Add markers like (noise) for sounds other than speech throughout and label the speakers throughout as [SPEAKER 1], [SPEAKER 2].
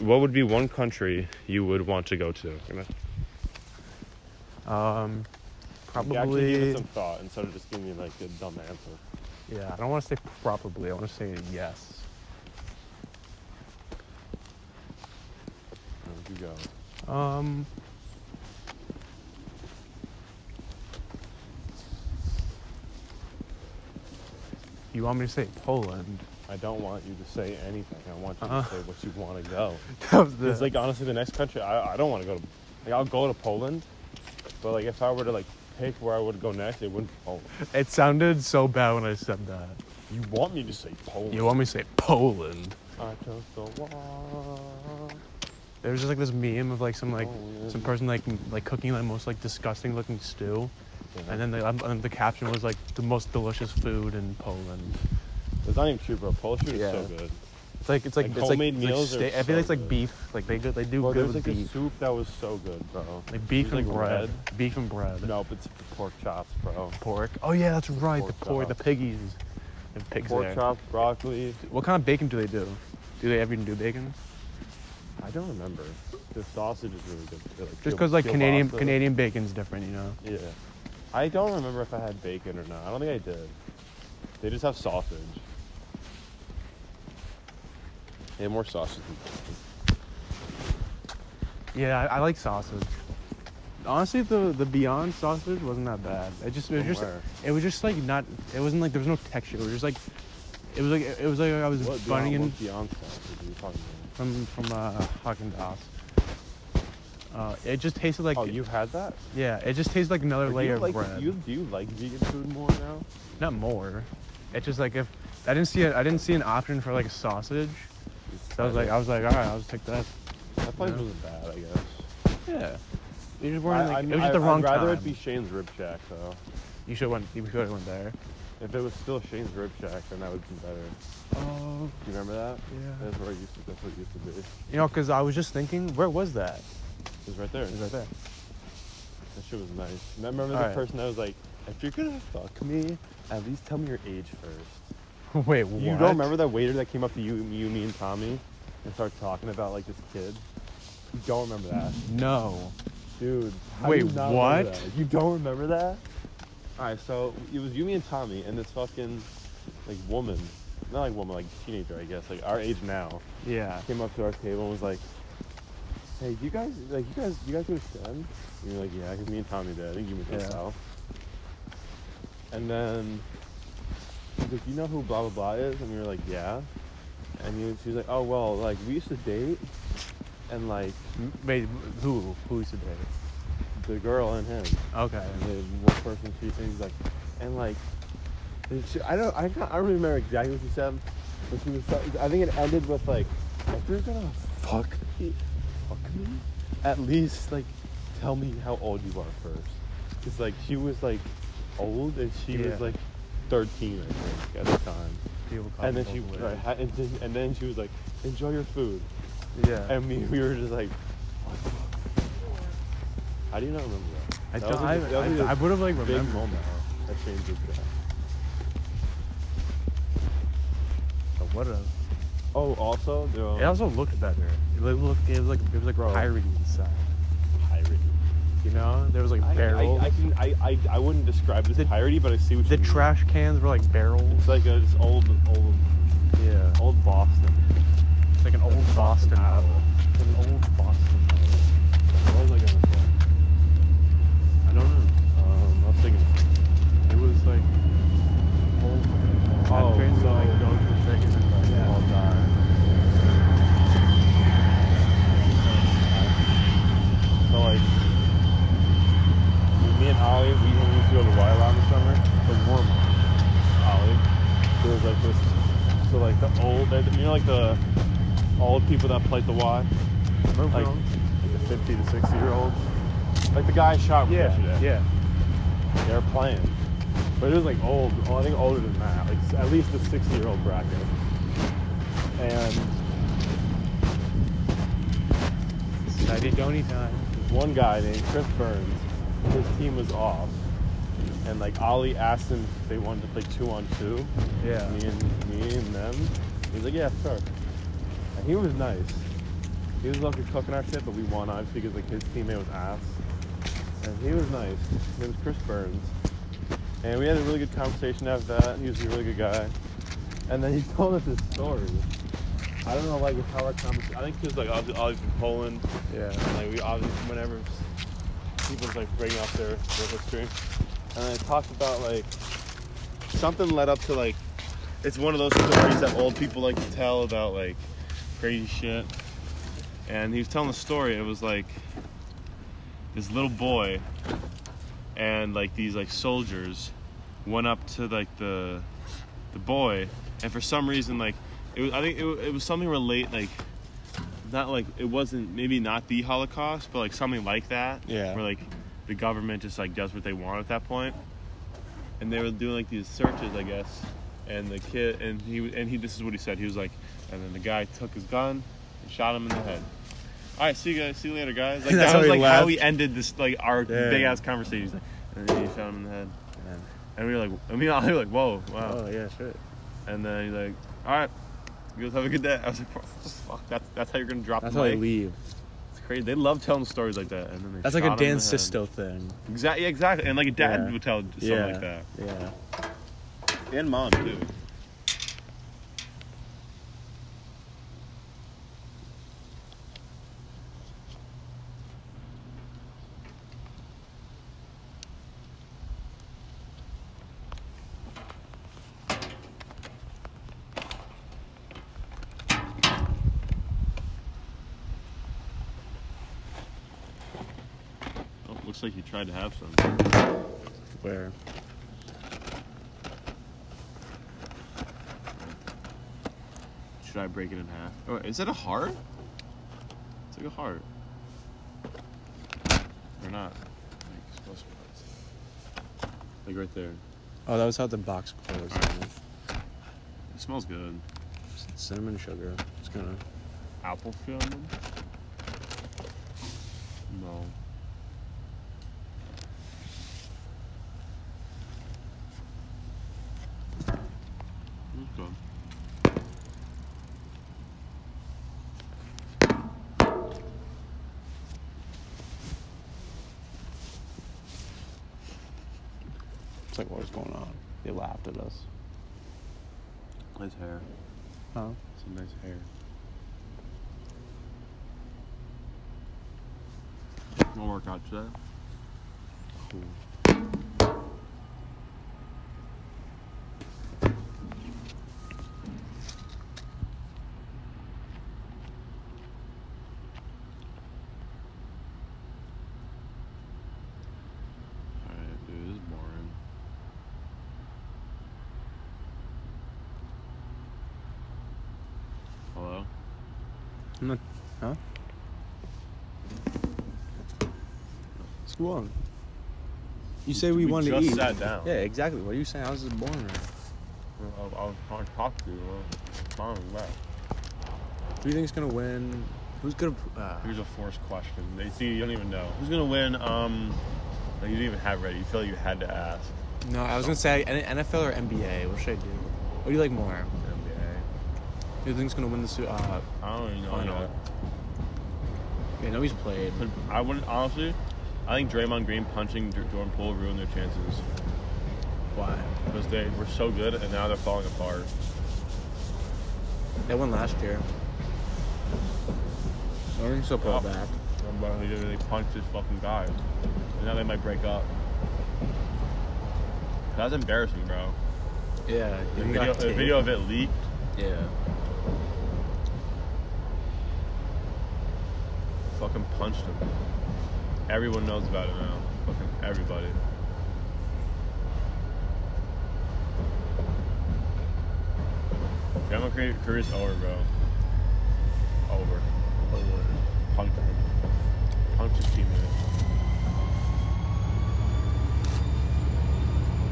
[SPEAKER 1] what would be one country you would want to go to? Gonna-
[SPEAKER 2] Um,
[SPEAKER 1] You actually give
[SPEAKER 2] probably.
[SPEAKER 1] it some thought instead of just giving me like a dumb answer.
[SPEAKER 2] yeah, I don't want to say probably. I want to say yes.
[SPEAKER 1] Where would you go?
[SPEAKER 2] Um. You want me to say Poland? (laughs)
[SPEAKER 1] I don't want you to say anything. I want you
[SPEAKER 2] Uh-uh.
[SPEAKER 1] to say what you want to go.
[SPEAKER 2] That was the-
[SPEAKER 1] It's like honestly, the next country I, I don't want to go to. Like I'll go to Poland, but like if I were to like pick where I would go next, it wouldn't be Poland.
[SPEAKER 2] it sounded so bad when I said that.
[SPEAKER 1] You want me to say Poland?
[SPEAKER 2] You want me to say Poland?
[SPEAKER 1] I took the walk.
[SPEAKER 2] There was just like this meme of like some like some
[SPEAKER 1] Poland.
[SPEAKER 2] person like m- like cooking the most like disgusting looking stew,
[SPEAKER 1] Yeah.
[SPEAKER 2] and then the um, um, the caption was like the most delicious food in Poland.
[SPEAKER 1] It's not even true, bro. Polish food
[SPEAKER 2] Yeah.
[SPEAKER 1] is so good.
[SPEAKER 2] It's like it's like,
[SPEAKER 1] Like,
[SPEAKER 2] it's like,
[SPEAKER 1] homemade
[SPEAKER 2] it's, like,
[SPEAKER 1] meals are
[SPEAKER 2] sta- I feel
[SPEAKER 1] so
[SPEAKER 2] it's like
[SPEAKER 1] good.
[SPEAKER 2] beef. Like they go, they do
[SPEAKER 1] Bro,
[SPEAKER 2] good
[SPEAKER 1] there's
[SPEAKER 2] with
[SPEAKER 1] like a
[SPEAKER 2] beef.
[SPEAKER 1] soup that was so good, bro.
[SPEAKER 2] like beef
[SPEAKER 1] It was,
[SPEAKER 2] and
[SPEAKER 1] like,
[SPEAKER 2] bread.
[SPEAKER 1] red.
[SPEAKER 2] Beef and bread.
[SPEAKER 1] No, but it's the pork chops, bro.
[SPEAKER 2] Pork. Oh yeah, that's right. the
[SPEAKER 1] Pork
[SPEAKER 2] pork, the
[SPEAKER 1] chops.
[SPEAKER 2] piggies, the pigs
[SPEAKER 1] Pork
[SPEAKER 2] there.
[SPEAKER 1] chops, broccoli.
[SPEAKER 2] What kind of bacon do they do? Do they ever even do bacon?
[SPEAKER 1] I don't remember. The sausage is really good. too,
[SPEAKER 2] Just because like Canadian
[SPEAKER 1] kielbasa.
[SPEAKER 2] Canadian bacon's different, you know.
[SPEAKER 1] Yeah. I don't remember if I had bacon or not. I don't think I did. They just have sausage. They have more sausage than bacon.
[SPEAKER 2] Yeah, I, I like sausage. Honestly, the the Beyond sausage wasn't that bad. It just it was
[SPEAKER 1] From
[SPEAKER 2] just
[SPEAKER 1] where?
[SPEAKER 2] it was just like not. It wasn't like there was no texture. It was just like it was like it was like I was
[SPEAKER 1] What
[SPEAKER 2] bunning
[SPEAKER 1] beyond,
[SPEAKER 2] in
[SPEAKER 1] what beyond sausage are you talking about?
[SPEAKER 2] from from uh, Haagen Dazs. Uh, it just tasted like
[SPEAKER 1] oh, you've had that?
[SPEAKER 2] yeah. It just tastes like another
[SPEAKER 1] Or do
[SPEAKER 2] layer
[SPEAKER 1] you
[SPEAKER 2] of
[SPEAKER 1] like,
[SPEAKER 2] bread.
[SPEAKER 1] You, do you like vegan food more now?
[SPEAKER 2] Not more. It's just like if I didn't see it, I didn't see an option for like a sausage. So I was like, I was like, all right, I'll just take that.
[SPEAKER 1] that place
[SPEAKER 2] yeah.
[SPEAKER 1] wasn't bad, I guess.
[SPEAKER 2] Yeah. You just
[SPEAKER 1] I,
[SPEAKER 2] weren't like,
[SPEAKER 1] I'm-
[SPEAKER 2] it was just
[SPEAKER 1] I-
[SPEAKER 2] the wrong
[SPEAKER 1] I'd rather
[SPEAKER 2] time.
[SPEAKER 1] it be Shane's Rib Shack, though.
[SPEAKER 2] You should have went. You should have went there.
[SPEAKER 1] If it was still Shane's Rib Shack, then that would be better.
[SPEAKER 2] Oh,
[SPEAKER 1] Do you remember that?
[SPEAKER 2] Yeah.
[SPEAKER 1] That's where it used to. That's what it used to be. It
[SPEAKER 2] you know, because I was just thinking, where was that? (laughs)
[SPEAKER 1] was right there.
[SPEAKER 2] It was right there.
[SPEAKER 1] That shit was nice. And I remember the
[SPEAKER 2] Alright.
[SPEAKER 1] person that was like, "If you're gonna fuck me, at least tell me your age first.
[SPEAKER 2] Wait, what?
[SPEAKER 1] You don't remember that waiter that came up to you, you, me, and Tommy, and started talking about like this kid? You don't remember that,
[SPEAKER 2] No.
[SPEAKER 1] dude? how do
[SPEAKER 2] Wait,
[SPEAKER 1] you not remember
[SPEAKER 2] what?
[SPEAKER 1] that? You don't remember that? All right, so it was you, me, and Tommy, and this fucking like woman, not like woman, like teenager, I guess, like our age now.
[SPEAKER 2] Yeah.
[SPEAKER 1] came up to our table and was like, "Hey, do you guys like you guys you guys go to Shen?" And you're like, "Yeah, 'cause me and Tommy did. I think you went to
[SPEAKER 2] Yeah.
[SPEAKER 1] the South." And then he's like, "You know who blah blah blah is?" And we were like, "Yeah." And he, she was like, "Oh well, like we used to date, and like
[SPEAKER 2] M- Wait, who? Who's today?
[SPEAKER 1] the girl and him,
[SPEAKER 2] Okay.
[SPEAKER 1] and the one person she thinks like, and like." and she- I don't. I can't. I don't remember exactly what she said, but she was. so- I think it ended with like, "If you're gonna fuck me, fuck me, at least like tell me how old you are first. It's like she was like old and she
[SPEAKER 2] Yeah.
[SPEAKER 1] was like 13 I think at the time.
[SPEAKER 2] People call
[SPEAKER 1] And then
[SPEAKER 2] people
[SPEAKER 1] she
[SPEAKER 2] weird.
[SPEAKER 1] right, ha- and, then, and then she was like enjoy your food.
[SPEAKER 2] Yeah.
[SPEAKER 1] And we, we were just like what the fuck? How do you not remember that?
[SPEAKER 2] I
[SPEAKER 1] That
[SPEAKER 2] don't.
[SPEAKER 1] was
[SPEAKER 2] I,
[SPEAKER 1] a- that was a
[SPEAKER 2] I, I would have like
[SPEAKER 1] big
[SPEAKER 2] remembered.
[SPEAKER 1] moment that changed it.
[SPEAKER 2] I would have.
[SPEAKER 1] Oh, also the
[SPEAKER 2] It also looked better. It li- looked. It was like it was like
[SPEAKER 1] Bro.
[SPEAKER 2] pirated inside.
[SPEAKER 1] pirate.
[SPEAKER 2] You know, there was like
[SPEAKER 1] I,
[SPEAKER 2] barrels.
[SPEAKER 1] I, I, can, I, I, I wouldn't describe this
[SPEAKER 2] The-
[SPEAKER 1] pirate, but I see what
[SPEAKER 2] the
[SPEAKER 1] you mean.
[SPEAKER 2] trash cans were like barrels.
[SPEAKER 1] It's like a, this old, old,
[SPEAKER 2] yeah.
[SPEAKER 1] old Boston.
[SPEAKER 2] It's like an old Boston
[SPEAKER 1] Apple.
[SPEAKER 2] apple. It's like an old Boston apple.
[SPEAKER 1] What was I gonna say?
[SPEAKER 2] I don't know.
[SPEAKER 1] Um, I was thinking.
[SPEAKER 2] It was like old.
[SPEAKER 1] Oh,
[SPEAKER 2] trains
[SPEAKER 1] so-
[SPEAKER 2] like go to the thickest and like
[SPEAKER 1] Yeah.
[SPEAKER 2] all die.
[SPEAKER 1] So like, me and Ollie, we used to go to Wild Out in the summer. The warm Ollie. There was like this. So like the old, you know, like the old people that played the Y,
[SPEAKER 2] Move
[SPEAKER 1] like,
[SPEAKER 2] on.
[SPEAKER 1] like the 50 to 60 year olds. Like the guy I shot with yesterday.
[SPEAKER 2] Yeah. Yeah.
[SPEAKER 1] They were playing, but it was like old. oh, I think older than that. Like s- at least the 60 year old bracket. And
[SPEAKER 2] Tidy Donny time.
[SPEAKER 1] one guy named Chris Burns, his team was off, and like Ollie asked him if they wanted to play two on two,
[SPEAKER 2] Yeah.
[SPEAKER 1] me and me and them. He's like, yeah, sure. And he was nice, He was lucky cooking our shit, but we won obviously because like his teammate was ass, and he was nice. His name was Chris Burns, and we had a really good conversation after that. He was a really good guy, and then he (laughs) told us his story. I don't know, like with how our conversation. I think he was like obviously, obviously from Poland,
[SPEAKER 2] Yeah.
[SPEAKER 1] and like we obviously whenever people's like bringing up their, their history, and I talked about like something led up to like it's one of those stories that old people like to tell about like crazy shit. And he was telling the story. It was like this little boy and like these like soldiers went up to like the the boy, and for some reason like it was I think it, wa- it was something relate like not like it wasn't maybe not the Holocaust, but like something like that.
[SPEAKER 2] Yeah.
[SPEAKER 1] Where like the government just like does what they want at that point and they were doing like these searches, I guess. And the kid, and he, and he, this is what he said. He was like, and then the guy took his gun and shot him in the head. All right, see you guys. See you later, guys. Like
[SPEAKER 2] (laughs) That's
[SPEAKER 1] that
[SPEAKER 2] how
[SPEAKER 1] was
[SPEAKER 2] he
[SPEAKER 1] like how
[SPEAKER 2] left?
[SPEAKER 1] we ended this, like our
[SPEAKER 2] Damn.
[SPEAKER 1] big ass conversation. He's like, and then he shot him in the head.
[SPEAKER 2] Man.
[SPEAKER 1] And we (laughs) were like, I mean, I was like, whoa, wow.
[SPEAKER 2] Oh yeah, shit.
[SPEAKER 1] And then he's like, all right, you guys have a good day. I was like, fuck, that's that's how you're gonna drop
[SPEAKER 2] That's
[SPEAKER 1] the
[SPEAKER 2] how they
[SPEAKER 1] mic.
[SPEAKER 2] leave.
[SPEAKER 1] It's crazy. They love telling stories like that. And then they
[SPEAKER 2] That's like a
[SPEAKER 1] shot him in
[SPEAKER 2] Dan
[SPEAKER 1] the head.
[SPEAKER 2] Sisto thing.
[SPEAKER 1] Exactly, yeah, exactly. And like a dad
[SPEAKER 2] Yeah.
[SPEAKER 1] would tell something
[SPEAKER 2] yeah.
[SPEAKER 1] like that,
[SPEAKER 2] Yeah.
[SPEAKER 1] and mom too. Oh, Looks like you tried to have some.
[SPEAKER 2] Where?
[SPEAKER 1] Should I break it in half? Oh, is it a heart? It's like a heart. Or not. Like, it's supposed to be. Like, right there.
[SPEAKER 2] Oh, that was how the box closed.
[SPEAKER 1] It smells good.
[SPEAKER 2] Cinnamon sugar. It's gonna.
[SPEAKER 1] Apple film? No. It's good.
[SPEAKER 2] It's like what is going on? They laughed at us.
[SPEAKER 1] Nice hair.
[SPEAKER 2] Huh?
[SPEAKER 1] Some nice hair. No workout today. Cool. Alright, dude, this is boring. Hello?
[SPEAKER 2] I'm not. Huh? What's going on? You say we, wanted
[SPEAKER 1] just
[SPEAKER 2] to eat.
[SPEAKER 1] sat down.
[SPEAKER 2] Yeah, exactly. What are you saying? I was just born right.
[SPEAKER 1] I, I was trying to talk to you. Fine, left.
[SPEAKER 2] Who do you think's gonna win? Who's gonna? Uh,
[SPEAKER 1] Here's a forced question. They see you don't even know who's gonna win. Um, like you didn't even have it ready. You feel like you had to ask.
[SPEAKER 2] no, I was gonna say N- NFL or NBA. What should I do? What do you like more?
[SPEAKER 1] NBA.
[SPEAKER 2] Who do you think's gonna win the suit? Uh,
[SPEAKER 1] I don't even know.
[SPEAKER 2] Final.
[SPEAKER 1] yet.
[SPEAKER 2] yeah, nobody's played.
[SPEAKER 1] But I wouldn't honestly. I think Draymond Green punching Dor- Jordan Poole ruined their chances
[SPEAKER 2] Why?
[SPEAKER 1] because they were so good and now they're falling apart.
[SPEAKER 2] They won last year. I think so.
[SPEAKER 1] Oh. I'm about to literally punch this fucking guy, and now they might break up. That's embarrassing, bro.
[SPEAKER 2] Yeah.
[SPEAKER 1] The
[SPEAKER 2] even
[SPEAKER 1] video,
[SPEAKER 2] got
[SPEAKER 1] the
[SPEAKER 2] taped.
[SPEAKER 1] video of it leaked.
[SPEAKER 2] Yeah.
[SPEAKER 1] Fucking punched him. Everyone knows about it now. Fucking everybody. Grandma career, career's over, bro. Over. Over. Punked him. Punked his teammate.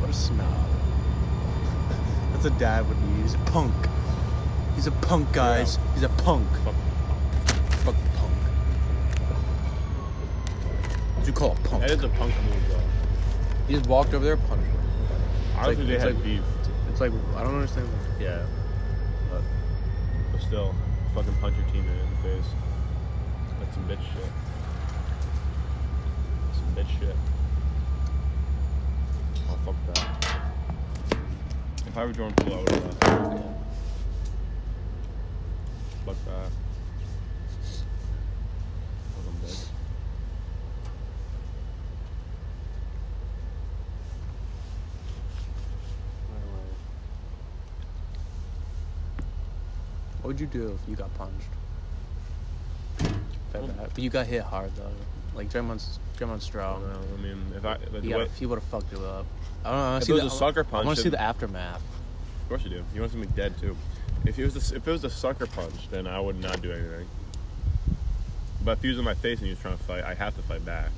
[SPEAKER 2] What a snob. (laughs) That's a dad would use. Punk. He's a punk, guys. He's a punk.
[SPEAKER 1] Fuck.
[SPEAKER 2] Fuck punk. What you call a punk?
[SPEAKER 1] That is a punk move, bro.
[SPEAKER 2] He just walked over there, punched him.
[SPEAKER 1] I don't
[SPEAKER 2] like-
[SPEAKER 1] think they
[SPEAKER 2] it's
[SPEAKER 1] had
[SPEAKER 2] like-
[SPEAKER 1] beef.
[SPEAKER 2] It's like I don't understand. That.
[SPEAKER 1] Yeah. But, but still, fucking punch your teammate in the face.
[SPEAKER 3] that shit. Oh, fuck that.
[SPEAKER 1] If I were Jordan Poole, I would have left.
[SPEAKER 3] Fuck that. Fuck, I'm dead.
[SPEAKER 4] What would you do if you got punched? If I got- But you got hit hard though. Like Draymond's Draymond's
[SPEAKER 1] I don't
[SPEAKER 4] strong.
[SPEAKER 1] know. I mean, if I, but
[SPEAKER 4] He,
[SPEAKER 1] the way,
[SPEAKER 4] got- he would have fucked you up. I don't know. I wanna
[SPEAKER 1] If
[SPEAKER 4] see
[SPEAKER 1] it was
[SPEAKER 4] the-
[SPEAKER 1] a sucker punch,
[SPEAKER 4] I want to see
[SPEAKER 1] then-
[SPEAKER 4] the aftermath.
[SPEAKER 1] of course you do. You want something dead too. If it was a, if it was a sucker punch, then I would not do anything. But if he was in my face and he was trying to fight, I have to fight back.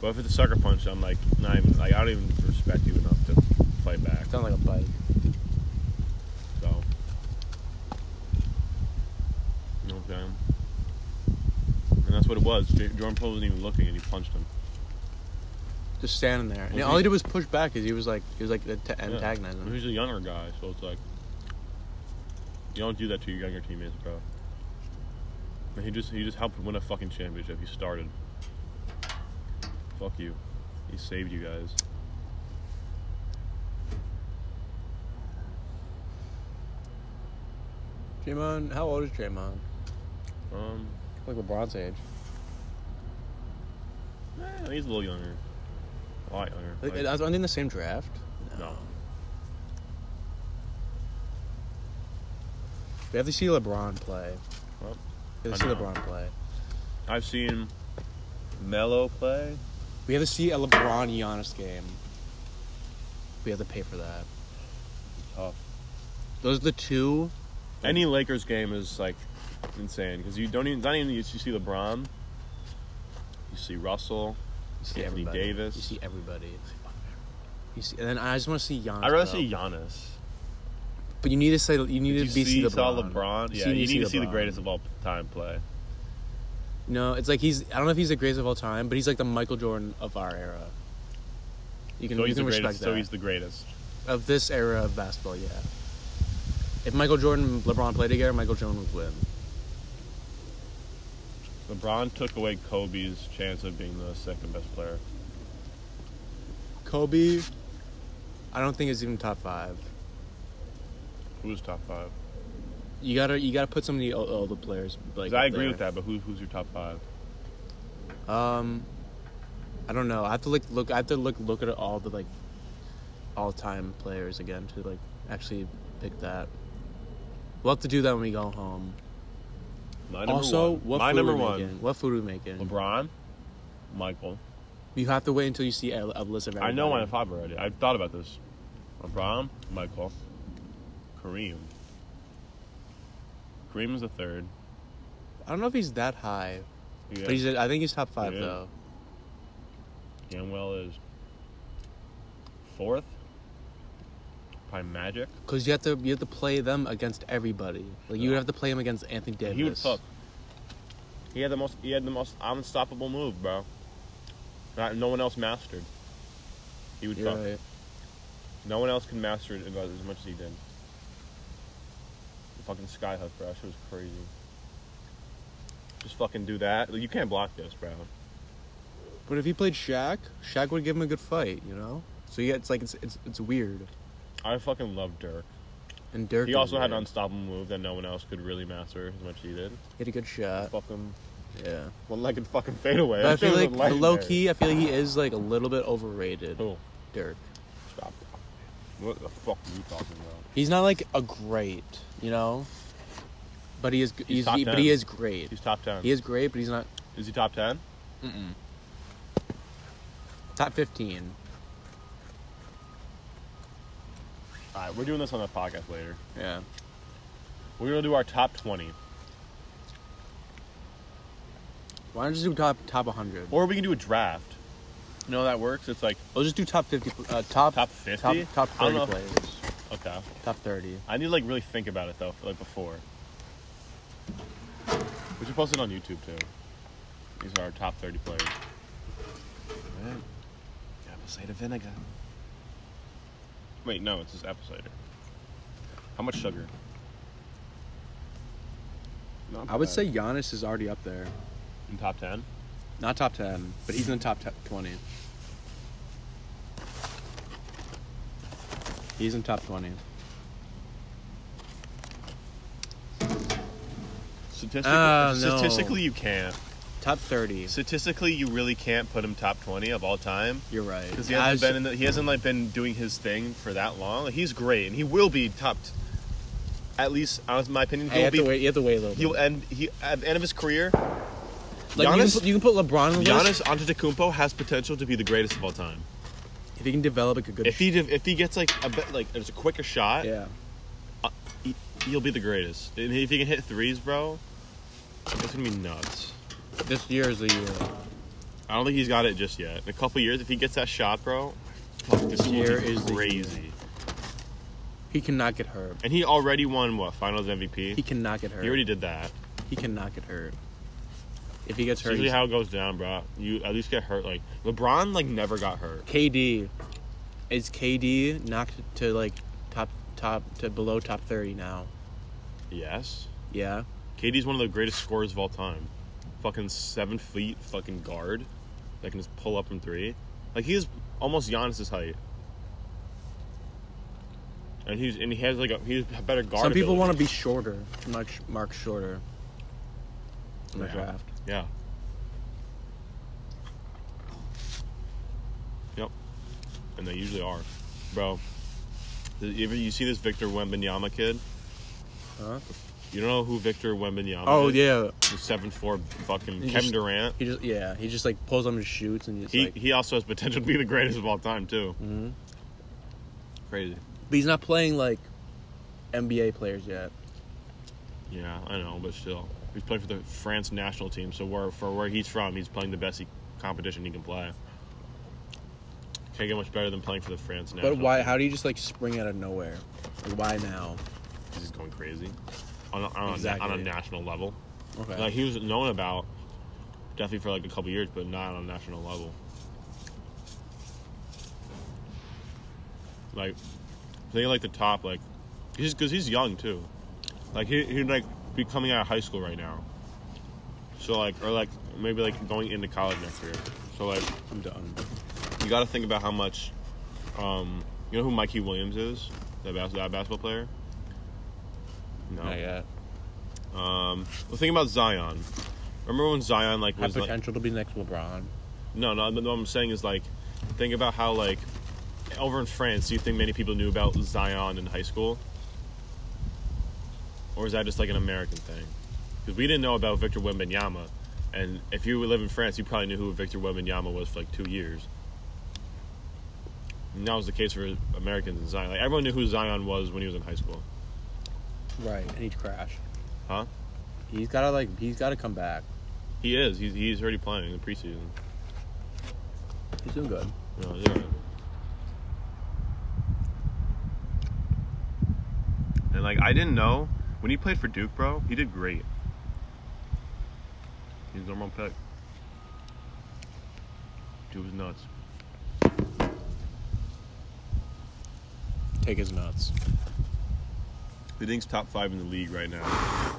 [SPEAKER 1] But if it's a sucker punch, I'm like not even like I don't even respect you enough to fight back.
[SPEAKER 4] It sounded like a bike.
[SPEAKER 1] So, you know what I'm saying? And that's what it was. J- Jordan Poole wasn't even looking, and he punched him.
[SPEAKER 4] Just standing there. And
[SPEAKER 1] Well,
[SPEAKER 4] all
[SPEAKER 1] he-
[SPEAKER 4] he did was push back because he was like he was like anta-
[SPEAKER 1] Yeah.
[SPEAKER 4] antagonizing.
[SPEAKER 1] And He's a younger guy, so it's like you don't do that to your younger teammates, bro. And he just he just helped win a fucking championship. He started. Fuck you. He saved you guys.
[SPEAKER 4] Draymond, how old is Draymond?
[SPEAKER 1] Um,
[SPEAKER 4] Like LeBron's age.
[SPEAKER 1] eh, he's a little younger. A lot younger.
[SPEAKER 4] Like,
[SPEAKER 1] Like,
[SPEAKER 4] are they in the same draft?
[SPEAKER 1] no.
[SPEAKER 4] We have to see LeBron play.
[SPEAKER 1] Well,
[SPEAKER 4] we have
[SPEAKER 1] I
[SPEAKER 4] to see
[SPEAKER 1] know.
[SPEAKER 4] LeBron play.
[SPEAKER 1] I've seen Melo play.
[SPEAKER 4] We have to see a LeBron Giannis game. We have to pay for that.
[SPEAKER 1] Tough.
[SPEAKER 4] Those are the two.
[SPEAKER 1] Any Lakers game is like insane because you don't even not even you see LeBron, you see Russell.
[SPEAKER 4] You see
[SPEAKER 1] Anthony
[SPEAKER 4] everybody.
[SPEAKER 1] Davis.
[SPEAKER 4] You see everybody. You see, and then I just want to see Giannis.
[SPEAKER 1] I'd rather
[SPEAKER 4] bro.
[SPEAKER 1] see Giannis.
[SPEAKER 4] But you need to say you need
[SPEAKER 1] Did
[SPEAKER 4] to be see
[SPEAKER 1] you
[SPEAKER 4] LeBron.
[SPEAKER 1] saw LeBron? Yeah,
[SPEAKER 4] See-
[SPEAKER 1] you need to see the
[SPEAKER 4] LeBron.
[SPEAKER 1] greatest of all time play.
[SPEAKER 4] No, it's like he's. I don't know if he's the greatest of all time, but he's like the Michael Jordan of our era. You can,
[SPEAKER 1] So
[SPEAKER 4] you
[SPEAKER 1] he's the
[SPEAKER 4] can respect
[SPEAKER 1] greatest.
[SPEAKER 4] that
[SPEAKER 1] So he's the greatest.
[SPEAKER 4] of this era of basketball. Yeah. If Michael Jordan and LeBron played together, Michael Jordan would win.
[SPEAKER 1] LeBron took away Kobe's chance of being the second best player.
[SPEAKER 4] Kobe, I don't think is even top five.
[SPEAKER 1] Who's top five?
[SPEAKER 4] You gotta you gotta put some of the o- older players like.
[SPEAKER 1] 'Cause I
[SPEAKER 4] up
[SPEAKER 1] agree
[SPEAKER 4] there.
[SPEAKER 1] with that, but who, who's your top five?
[SPEAKER 4] Um, I don't know. I have to like look. I have to look look at all the like all time players again to like actually pick that. We'll have to do that when we go home.
[SPEAKER 1] My number
[SPEAKER 4] also,
[SPEAKER 1] one.
[SPEAKER 4] what
[SPEAKER 1] my
[SPEAKER 4] food
[SPEAKER 1] number
[SPEAKER 4] we
[SPEAKER 1] one?
[SPEAKER 4] making? What food are we making?
[SPEAKER 1] LeBron, Michael.
[SPEAKER 4] You have to wait until you see a, a list of.
[SPEAKER 1] I know my
[SPEAKER 4] everybody.
[SPEAKER 1] five already. I've thought about this. LeBron, Michael, Kareem. Kareem is the third.
[SPEAKER 4] I don't know if he's that high,
[SPEAKER 1] Yeah.
[SPEAKER 4] but he's. I think he's top five
[SPEAKER 1] He is.
[SPEAKER 4] though.
[SPEAKER 1] Gamwell is fourth. Probably Magic.
[SPEAKER 4] Because you have to you have to play them against everybody. Like you would have to play him against Anthony Davis.
[SPEAKER 1] He would fuck. He had the most. He had the most unstoppable move, bro. Not, no one else mastered. He would
[SPEAKER 4] You're
[SPEAKER 1] fuck.
[SPEAKER 4] right.
[SPEAKER 1] No one else could master it about as much as he did. The fucking sky hook, bro. That shit was crazy. Just fucking do that. Like, You can't block this, bro.
[SPEAKER 4] But if he played Shaq, Shaq would give him a good fight. You know. So yeah, it's like it's it's it's weird.
[SPEAKER 1] I fucking love Dirk.
[SPEAKER 4] And Dirk.
[SPEAKER 1] He
[SPEAKER 4] is
[SPEAKER 1] also had an
[SPEAKER 4] there.
[SPEAKER 1] unstoppable move that no one else could really master as much as he did.
[SPEAKER 4] He had a good shot.
[SPEAKER 1] Fucking
[SPEAKER 4] Yeah.
[SPEAKER 1] one-legged fucking fadeaway.
[SPEAKER 4] But I
[SPEAKER 1] That shit
[SPEAKER 4] feel
[SPEAKER 1] was
[SPEAKER 4] like the
[SPEAKER 1] legendary.
[SPEAKER 4] low key, I feel like he is like a little bit overrated.
[SPEAKER 1] Who?
[SPEAKER 4] Dirk.
[SPEAKER 1] Stop. What the fuck are you talking about?
[SPEAKER 4] He's not like a great, you know. But he is. He's,
[SPEAKER 1] top
[SPEAKER 4] he- but
[SPEAKER 1] 10.
[SPEAKER 4] he is great.
[SPEAKER 1] He's top ten.
[SPEAKER 4] He is great, but he's not
[SPEAKER 1] Is he top ten?
[SPEAKER 4] top fifteen.
[SPEAKER 1] All right, we're doing this on the podcast later.
[SPEAKER 4] Yeah.
[SPEAKER 1] We're gonna do our top twenty,
[SPEAKER 4] Why don't you just do top top 100?
[SPEAKER 1] or we can do a draft. You know how that works? It's like
[SPEAKER 4] I'll just do top 50. Uh, top
[SPEAKER 1] top fifty,
[SPEAKER 4] Top, top
[SPEAKER 1] I don't
[SPEAKER 4] 30
[SPEAKER 1] know if-
[SPEAKER 4] players.
[SPEAKER 1] Okay,
[SPEAKER 4] Top 30.
[SPEAKER 1] I need to like really think about it though, like before. We should post it on YouTube too. These are our top thirty players.
[SPEAKER 3] Apple cider vinegar.
[SPEAKER 1] Wait, no, it's just apple cider. How much sugar?
[SPEAKER 3] Not
[SPEAKER 4] I would
[SPEAKER 3] bad.
[SPEAKER 4] say Giannis is already up there.
[SPEAKER 1] In top ten?
[SPEAKER 4] Not top 10, but he's in the top 10, 20. He's in top 20.
[SPEAKER 1] Statistically,
[SPEAKER 4] Ah, no.
[SPEAKER 1] statistically you can't.
[SPEAKER 4] Top 30.
[SPEAKER 1] Statistically, you really can't put him top twenty of all time
[SPEAKER 4] You're right.
[SPEAKER 1] because he
[SPEAKER 4] I
[SPEAKER 1] hasn't
[SPEAKER 4] was-
[SPEAKER 1] been in the, he hasn't like been doing his thing for that long. Like, he's great, and he will be top. t- at least, I was- in my opinion,
[SPEAKER 4] Hey, you,
[SPEAKER 1] he'll
[SPEAKER 4] have to
[SPEAKER 1] be.
[SPEAKER 4] wait, you have to wait a little bit.
[SPEAKER 1] He'll end. He at the end of his career,
[SPEAKER 4] Like, you, can
[SPEAKER 1] Giannis-
[SPEAKER 4] put, you can put LeBron in the list
[SPEAKER 1] Giannis Antetokounmpo has potential to be the greatest of all time.
[SPEAKER 4] if he can develop like, a good
[SPEAKER 1] If he if he gets like a bit like there's a quicker shot,
[SPEAKER 4] Yeah.
[SPEAKER 1] he, he'll be the greatest. And if he can hit threes, bro, it's gonna be nuts.
[SPEAKER 4] This year is the year.
[SPEAKER 1] I don't think he's got it just yet. In a couple years, if he gets that shot, bro, fuck, this year
[SPEAKER 4] Year
[SPEAKER 1] is
[SPEAKER 4] is the year.
[SPEAKER 1] crazy.
[SPEAKER 4] He cannot get hurt.
[SPEAKER 1] And he already won what Finals MVP.
[SPEAKER 4] He
[SPEAKER 1] He,
[SPEAKER 4] cannot get hurt.
[SPEAKER 1] already did that.
[SPEAKER 4] He cannot get hurt. If he gets
[SPEAKER 1] It's
[SPEAKER 4] hurt,
[SPEAKER 1] usually
[SPEAKER 4] he's-
[SPEAKER 1] how it goes down, bro. You at least get hurt. Like LeBron, like never got hurt.
[SPEAKER 4] KD is KD knocked to like top top to below top thirty now.
[SPEAKER 1] Yes,
[SPEAKER 4] Yeah,
[SPEAKER 1] KD's one of the greatest scorers of all time. Fucking seven feet, fucking guard that can just pull up from three. Like he is almost Giannis's height. And he's and he has like a he's a better guard.
[SPEAKER 4] some people
[SPEAKER 1] ability.
[SPEAKER 4] want to be shorter. Mark Mark shorter in the
[SPEAKER 1] Yeah.
[SPEAKER 4] draft.
[SPEAKER 1] Yeah. Yep. And they usually are, bro. th- If you see this Victor Wembanyama kid,
[SPEAKER 4] Huh?
[SPEAKER 1] you don't know who Victor Wembanyama.
[SPEAKER 4] Oh
[SPEAKER 1] is?
[SPEAKER 4] yeah,
[SPEAKER 1] the seven four fucking
[SPEAKER 4] He
[SPEAKER 1] Kevin
[SPEAKER 4] just-
[SPEAKER 1] Durant.
[SPEAKER 4] he just yeah he just like pulls up and shoots and he's
[SPEAKER 1] He
[SPEAKER 4] like,
[SPEAKER 1] he also has potential to be the greatest of all time too.
[SPEAKER 4] Mhm.
[SPEAKER 1] Crazy.
[SPEAKER 4] but he's not playing like NBA players yet.
[SPEAKER 1] Yeah, I know, but still, he's playing for the France national team. So where for where he's from, he's playing the best he, competition he can play. Can't get much better than playing for the France national.
[SPEAKER 4] But why?
[SPEAKER 1] team.
[SPEAKER 4] How do you just like spring out of nowhere? Like, why now?
[SPEAKER 1] 'Cause he's going crazy on a, on, a-
[SPEAKER 4] Exactly.
[SPEAKER 1] on a national level.
[SPEAKER 4] Okay.
[SPEAKER 1] Like he was known about definitely for like a couple years, but not on a national level. Like think of, like the top like he's because he's young too. Like he he'd like be coming out of high school right now. So like or like maybe like going into college next year. So like
[SPEAKER 4] I'm done.
[SPEAKER 1] you got to think about how much. Um, you know who Mikey Williams is? That, bas- that basketball player. No.
[SPEAKER 4] Not yet.
[SPEAKER 1] Um, the thing about Zion, remember when Zion like
[SPEAKER 4] Have
[SPEAKER 1] was like,
[SPEAKER 4] potential to be the next LeBron.
[SPEAKER 1] no, no, no, what I'm saying is like, think about how like over in France, do you think many people knew about Zion in high school, or is that just like an American thing? Because we didn't know about Victor Wembanyama, and if you live in France, you probably knew who Victor Wembanyama was for like two years. And that was the case for Americans in Zion. Like everyone knew who Zion was when he was in high school.
[SPEAKER 4] Right, and he crashed.
[SPEAKER 1] Huh?
[SPEAKER 4] He's gotta like he's gotta come back.
[SPEAKER 1] He is. He's, he's already playing in the preseason.
[SPEAKER 4] He's doing good.
[SPEAKER 1] No, it's alright. And like I didn't know when he played for Duke, bro, he did great. He's a normal pick. Dude was nuts.
[SPEAKER 4] Take his nuts.
[SPEAKER 1] He thinks top five in the league right now.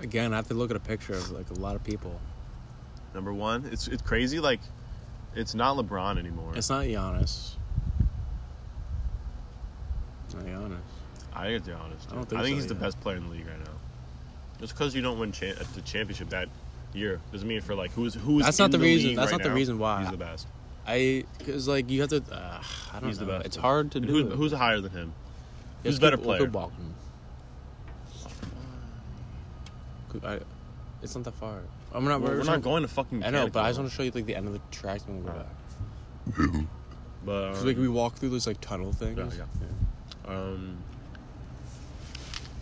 [SPEAKER 4] Again, I have to look at a picture of like a lot of people.
[SPEAKER 1] Number one, it's it's crazy. Like, it's not LeBron anymore.
[SPEAKER 4] It's not Giannis. Not Giannis.
[SPEAKER 1] I gotta be honest.
[SPEAKER 4] I don't
[SPEAKER 1] dude.
[SPEAKER 4] think
[SPEAKER 1] I think
[SPEAKER 4] so,
[SPEAKER 1] he's the
[SPEAKER 4] yeah.
[SPEAKER 1] best player in the league right now. Just because you don't win cha- the championship that year doesn't mean for like who's who's.
[SPEAKER 4] That's not
[SPEAKER 1] in
[SPEAKER 4] the reason-
[SPEAKER 1] league
[SPEAKER 4] that's
[SPEAKER 1] right
[SPEAKER 4] not the
[SPEAKER 1] now,
[SPEAKER 4] reason why.
[SPEAKER 1] he's the best.
[SPEAKER 4] I because like you have to. Uh, I don't
[SPEAKER 1] He's the
[SPEAKER 4] know.
[SPEAKER 1] best.
[SPEAKER 4] It's hard to
[SPEAKER 1] And
[SPEAKER 4] do.
[SPEAKER 1] who's,
[SPEAKER 4] it.
[SPEAKER 1] who's higher than him? who's
[SPEAKER 4] Just
[SPEAKER 1] better
[SPEAKER 4] keep-
[SPEAKER 1] player?
[SPEAKER 4] Good Balkan. Good- Hmm. I, it's not that far. I'm not.
[SPEAKER 1] We're, we're not going to fucking.
[SPEAKER 4] I know, but I just
[SPEAKER 1] Canico.
[SPEAKER 4] want to show you like the end of the tracks when we go
[SPEAKER 1] Oh.
[SPEAKER 4] back.
[SPEAKER 1] But,
[SPEAKER 4] Cause
[SPEAKER 1] um,
[SPEAKER 4] like we walk through those like tunnel things.
[SPEAKER 1] yeah, yeah. Um,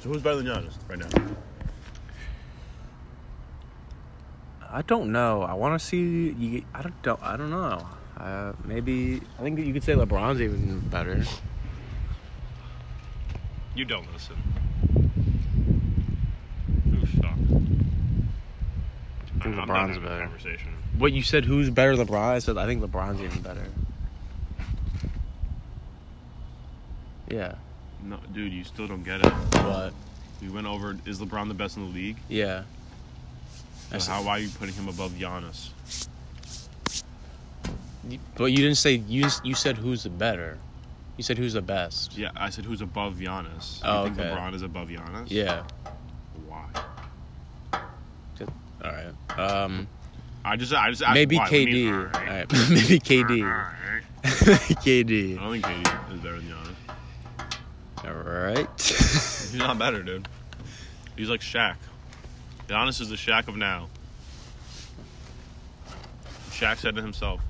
[SPEAKER 1] so who's better than Giannis right now?
[SPEAKER 5] I don't know. I want to see. You, I don't, don't. I don't know. Uh, maybe I think you could say LeBron's even better.
[SPEAKER 1] You don't listen. You suck.
[SPEAKER 5] think
[SPEAKER 1] I'm not
[SPEAKER 5] LeBron's
[SPEAKER 1] having a
[SPEAKER 5] better.
[SPEAKER 1] Conversation.
[SPEAKER 4] what you said, who's better, LeBron? I said, I think LeBron's even better. Yeah.
[SPEAKER 6] No, dude, you still don't get it.
[SPEAKER 4] What?
[SPEAKER 6] We went over. Is LeBron the best in the league?
[SPEAKER 4] Yeah. I
[SPEAKER 6] So
[SPEAKER 4] said-
[SPEAKER 6] how why are you putting him above Giannis?
[SPEAKER 4] You- But you didn't say you. You said who's the better. You said who's the best.
[SPEAKER 6] Yeah, I said who's above Giannis.
[SPEAKER 4] Oh,
[SPEAKER 6] you think
[SPEAKER 4] okay.
[SPEAKER 6] LeBron is above Giannis?
[SPEAKER 4] Yeah.
[SPEAKER 6] Why?
[SPEAKER 4] All right. Um.
[SPEAKER 6] I just, I just asked
[SPEAKER 4] maybe
[SPEAKER 6] why. What do you
[SPEAKER 4] KD.
[SPEAKER 6] mean,
[SPEAKER 4] All
[SPEAKER 6] alright?
[SPEAKER 4] right. (laughs) maybe KD.
[SPEAKER 6] Alright. I
[SPEAKER 4] KD.
[SPEAKER 6] don't think KD is better than Giannis.
[SPEAKER 4] All right. (laughs)
[SPEAKER 6] He's not better, dude. He's like Shaq. Giannis is the Shaq of now. Shaq said to himself.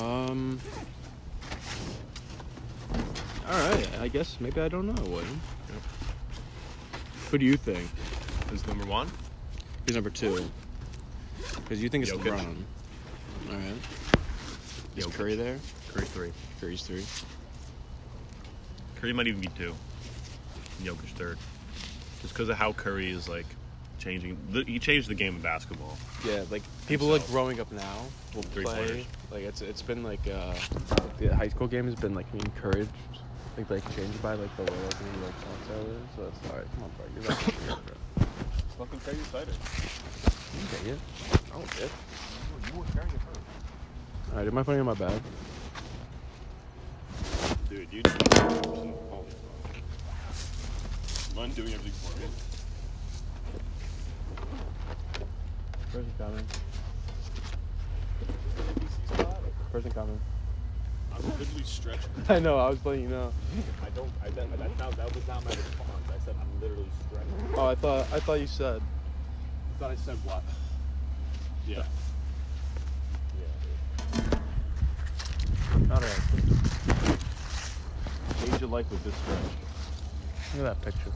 [SPEAKER 4] um. All right. I guess maybe I don't know. William.
[SPEAKER 6] Yep.
[SPEAKER 4] Who do you think
[SPEAKER 6] Is number one?
[SPEAKER 4] is number two? Because you think it's
[SPEAKER 6] Jokic.
[SPEAKER 4] LeBron. All right. Is
[SPEAKER 6] Jokic.
[SPEAKER 4] Curry there?
[SPEAKER 6] Curry three.
[SPEAKER 4] Curry's three.
[SPEAKER 6] Curry might even be two. Jokic third. Just because of how Curry is like changing. The, he changed the game of basketball.
[SPEAKER 4] Yeah, like people like
[SPEAKER 6] Himself.
[SPEAKER 4] growing up now will
[SPEAKER 6] Three
[SPEAKER 4] play.
[SPEAKER 6] pointers.
[SPEAKER 4] Like it's it's been like uh, the high school game has been like encouraged, like like changed by like the way like we like talk to others. So it's all right. Come on, bro. You're not gonna get it, bro.
[SPEAKER 6] Fucking Curry excited.
[SPEAKER 4] (laughs) You can get it. I don't get it.
[SPEAKER 6] You were carrying it first.
[SPEAKER 4] All right, am I putting it in my bag?
[SPEAKER 6] Dude, you Mine doing everything for me.
[SPEAKER 4] Person coming. Person coming. (laughs)
[SPEAKER 6] I'm literally stretching.
[SPEAKER 4] I know. I was letting you know.
[SPEAKER 1] I don't. I, that, that's not, that was not my response. I said I'm literally stretching.
[SPEAKER 4] Oh, I thought I thought you said.
[SPEAKER 1] I thought I said what?
[SPEAKER 6] Yeah.
[SPEAKER 1] Yeah.
[SPEAKER 4] All right.
[SPEAKER 1] Change your life with this stretch.
[SPEAKER 2] Look at that picture.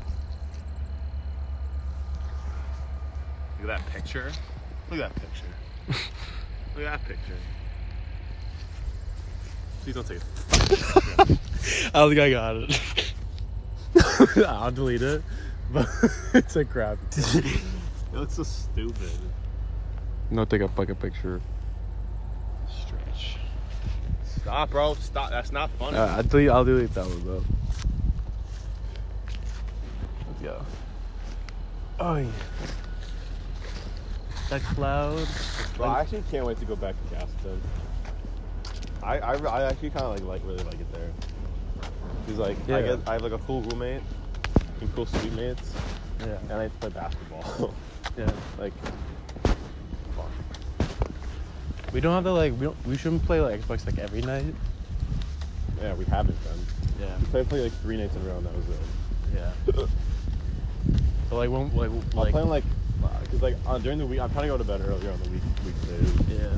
[SPEAKER 6] Look at that picture. Look at that picture.
[SPEAKER 1] (laughs)
[SPEAKER 6] Look at that picture. Please don't take it.
[SPEAKER 2] I think I got it. (laughs) I'll delete it, but (laughs) it's a crap.
[SPEAKER 6] It looks so stupid.
[SPEAKER 4] No, take a fucking picture.
[SPEAKER 6] Stretch. Stop, bro. Stop. That's not funny.
[SPEAKER 4] Uh, I'll delete. I'll delete that one though. Let's go.
[SPEAKER 2] Oh yeah. The cloud.
[SPEAKER 1] Well, I actually can't wait to go back to Castleton. I, I, I actually kind of like, like really like it there. Cause like I
[SPEAKER 2] Yeah.
[SPEAKER 1] guess I have like a cool roommate and cool suite mates,
[SPEAKER 2] Yeah.
[SPEAKER 1] and I play basketball. (laughs)
[SPEAKER 2] Yeah.
[SPEAKER 1] like, fuck.
[SPEAKER 2] We don't have to like. We don't. We shouldn't play like Xbox like every night.
[SPEAKER 1] yeah, we haven't done.
[SPEAKER 2] Yeah.
[SPEAKER 1] We played, played like three nights in a row, and that was it.
[SPEAKER 2] Yeah. So like when like
[SPEAKER 1] I'm
[SPEAKER 2] like
[SPEAKER 1] playing like, cause like on, during the week I'm trying to go to bed earlier on the week weekdays.
[SPEAKER 2] yeah.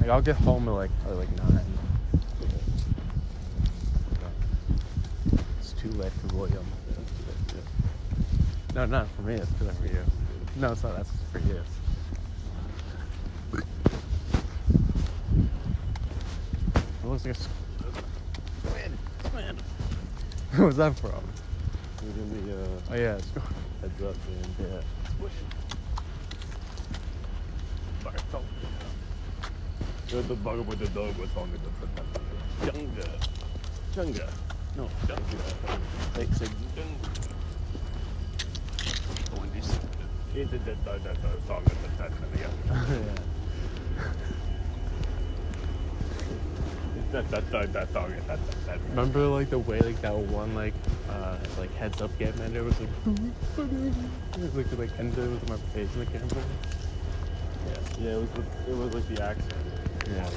[SPEAKER 2] Like I'll get home at like probably like nine. It's too late for William. No, not for me. It's too late for you. No, it's not. That's for you. It looks like (laughs) a squid. Squid. What's that from?
[SPEAKER 1] We're gonna be uh,
[SPEAKER 2] Oh yeah, (laughs) it's
[SPEAKER 1] heads up, man.
[SPEAKER 2] yeah.
[SPEAKER 1] You're the bug with the dog was longer than Chunga. Chunga. No, Chunga. Like, say, Chunga.
[SPEAKER 2] yeah. Remember like the way like that one like uh like heads up game ender was like (laughs) it was like like ended with my face in the camera.
[SPEAKER 1] Yeah, it was, the- it was like the accent.
[SPEAKER 2] Yeah.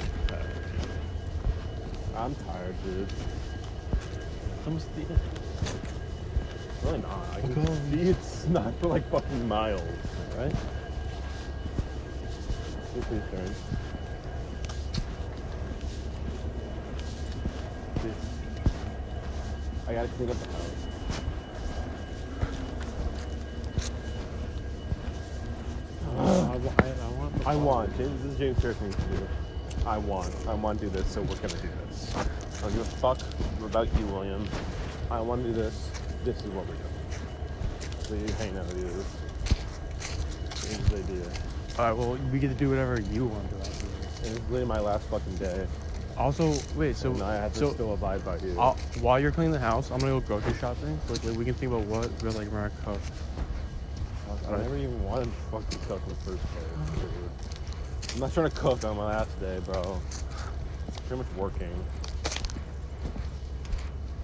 [SPEAKER 1] I'm tired, dude.
[SPEAKER 2] It's almost the end.
[SPEAKER 1] Really not. I can
[SPEAKER 2] Okay.
[SPEAKER 1] see it's (laughs) not for like fucking miles.
[SPEAKER 2] Right?
[SPEAKER 1] This is turn. This. I gotta clean up the house.
[SPEAKER 2] I, wa- I, I want.
[SPEAKER 1] I want. James, this is James Turkman to do. I want. I want to do this, so we're gonna do this. I don't give a fuck about you, William. I want to do this. This is what we're doing. obviously you're hanging out with you. Here's the idea.
[SPEAKER 2] All right. Well, we get to do whatever you want to. after this.
[SPEAKER 1] And it's literally my last fucking day.
[SPEAKER 2] Also, wait. So,
[SPEAKER 1] and I have to
[SPEAKER 2] so
[SPEAKER 1] still abide by you.
[SPEAKER 2] I'll, while you're cleaning the house, I'm gonna go grocery shopping. So, like, we can think about what real like America.
[SPEAKER 1] Fuck, I never even wanted to fucking cook in the first place. dude. I'm not trying to cook on my last day, bro. Pretty much working.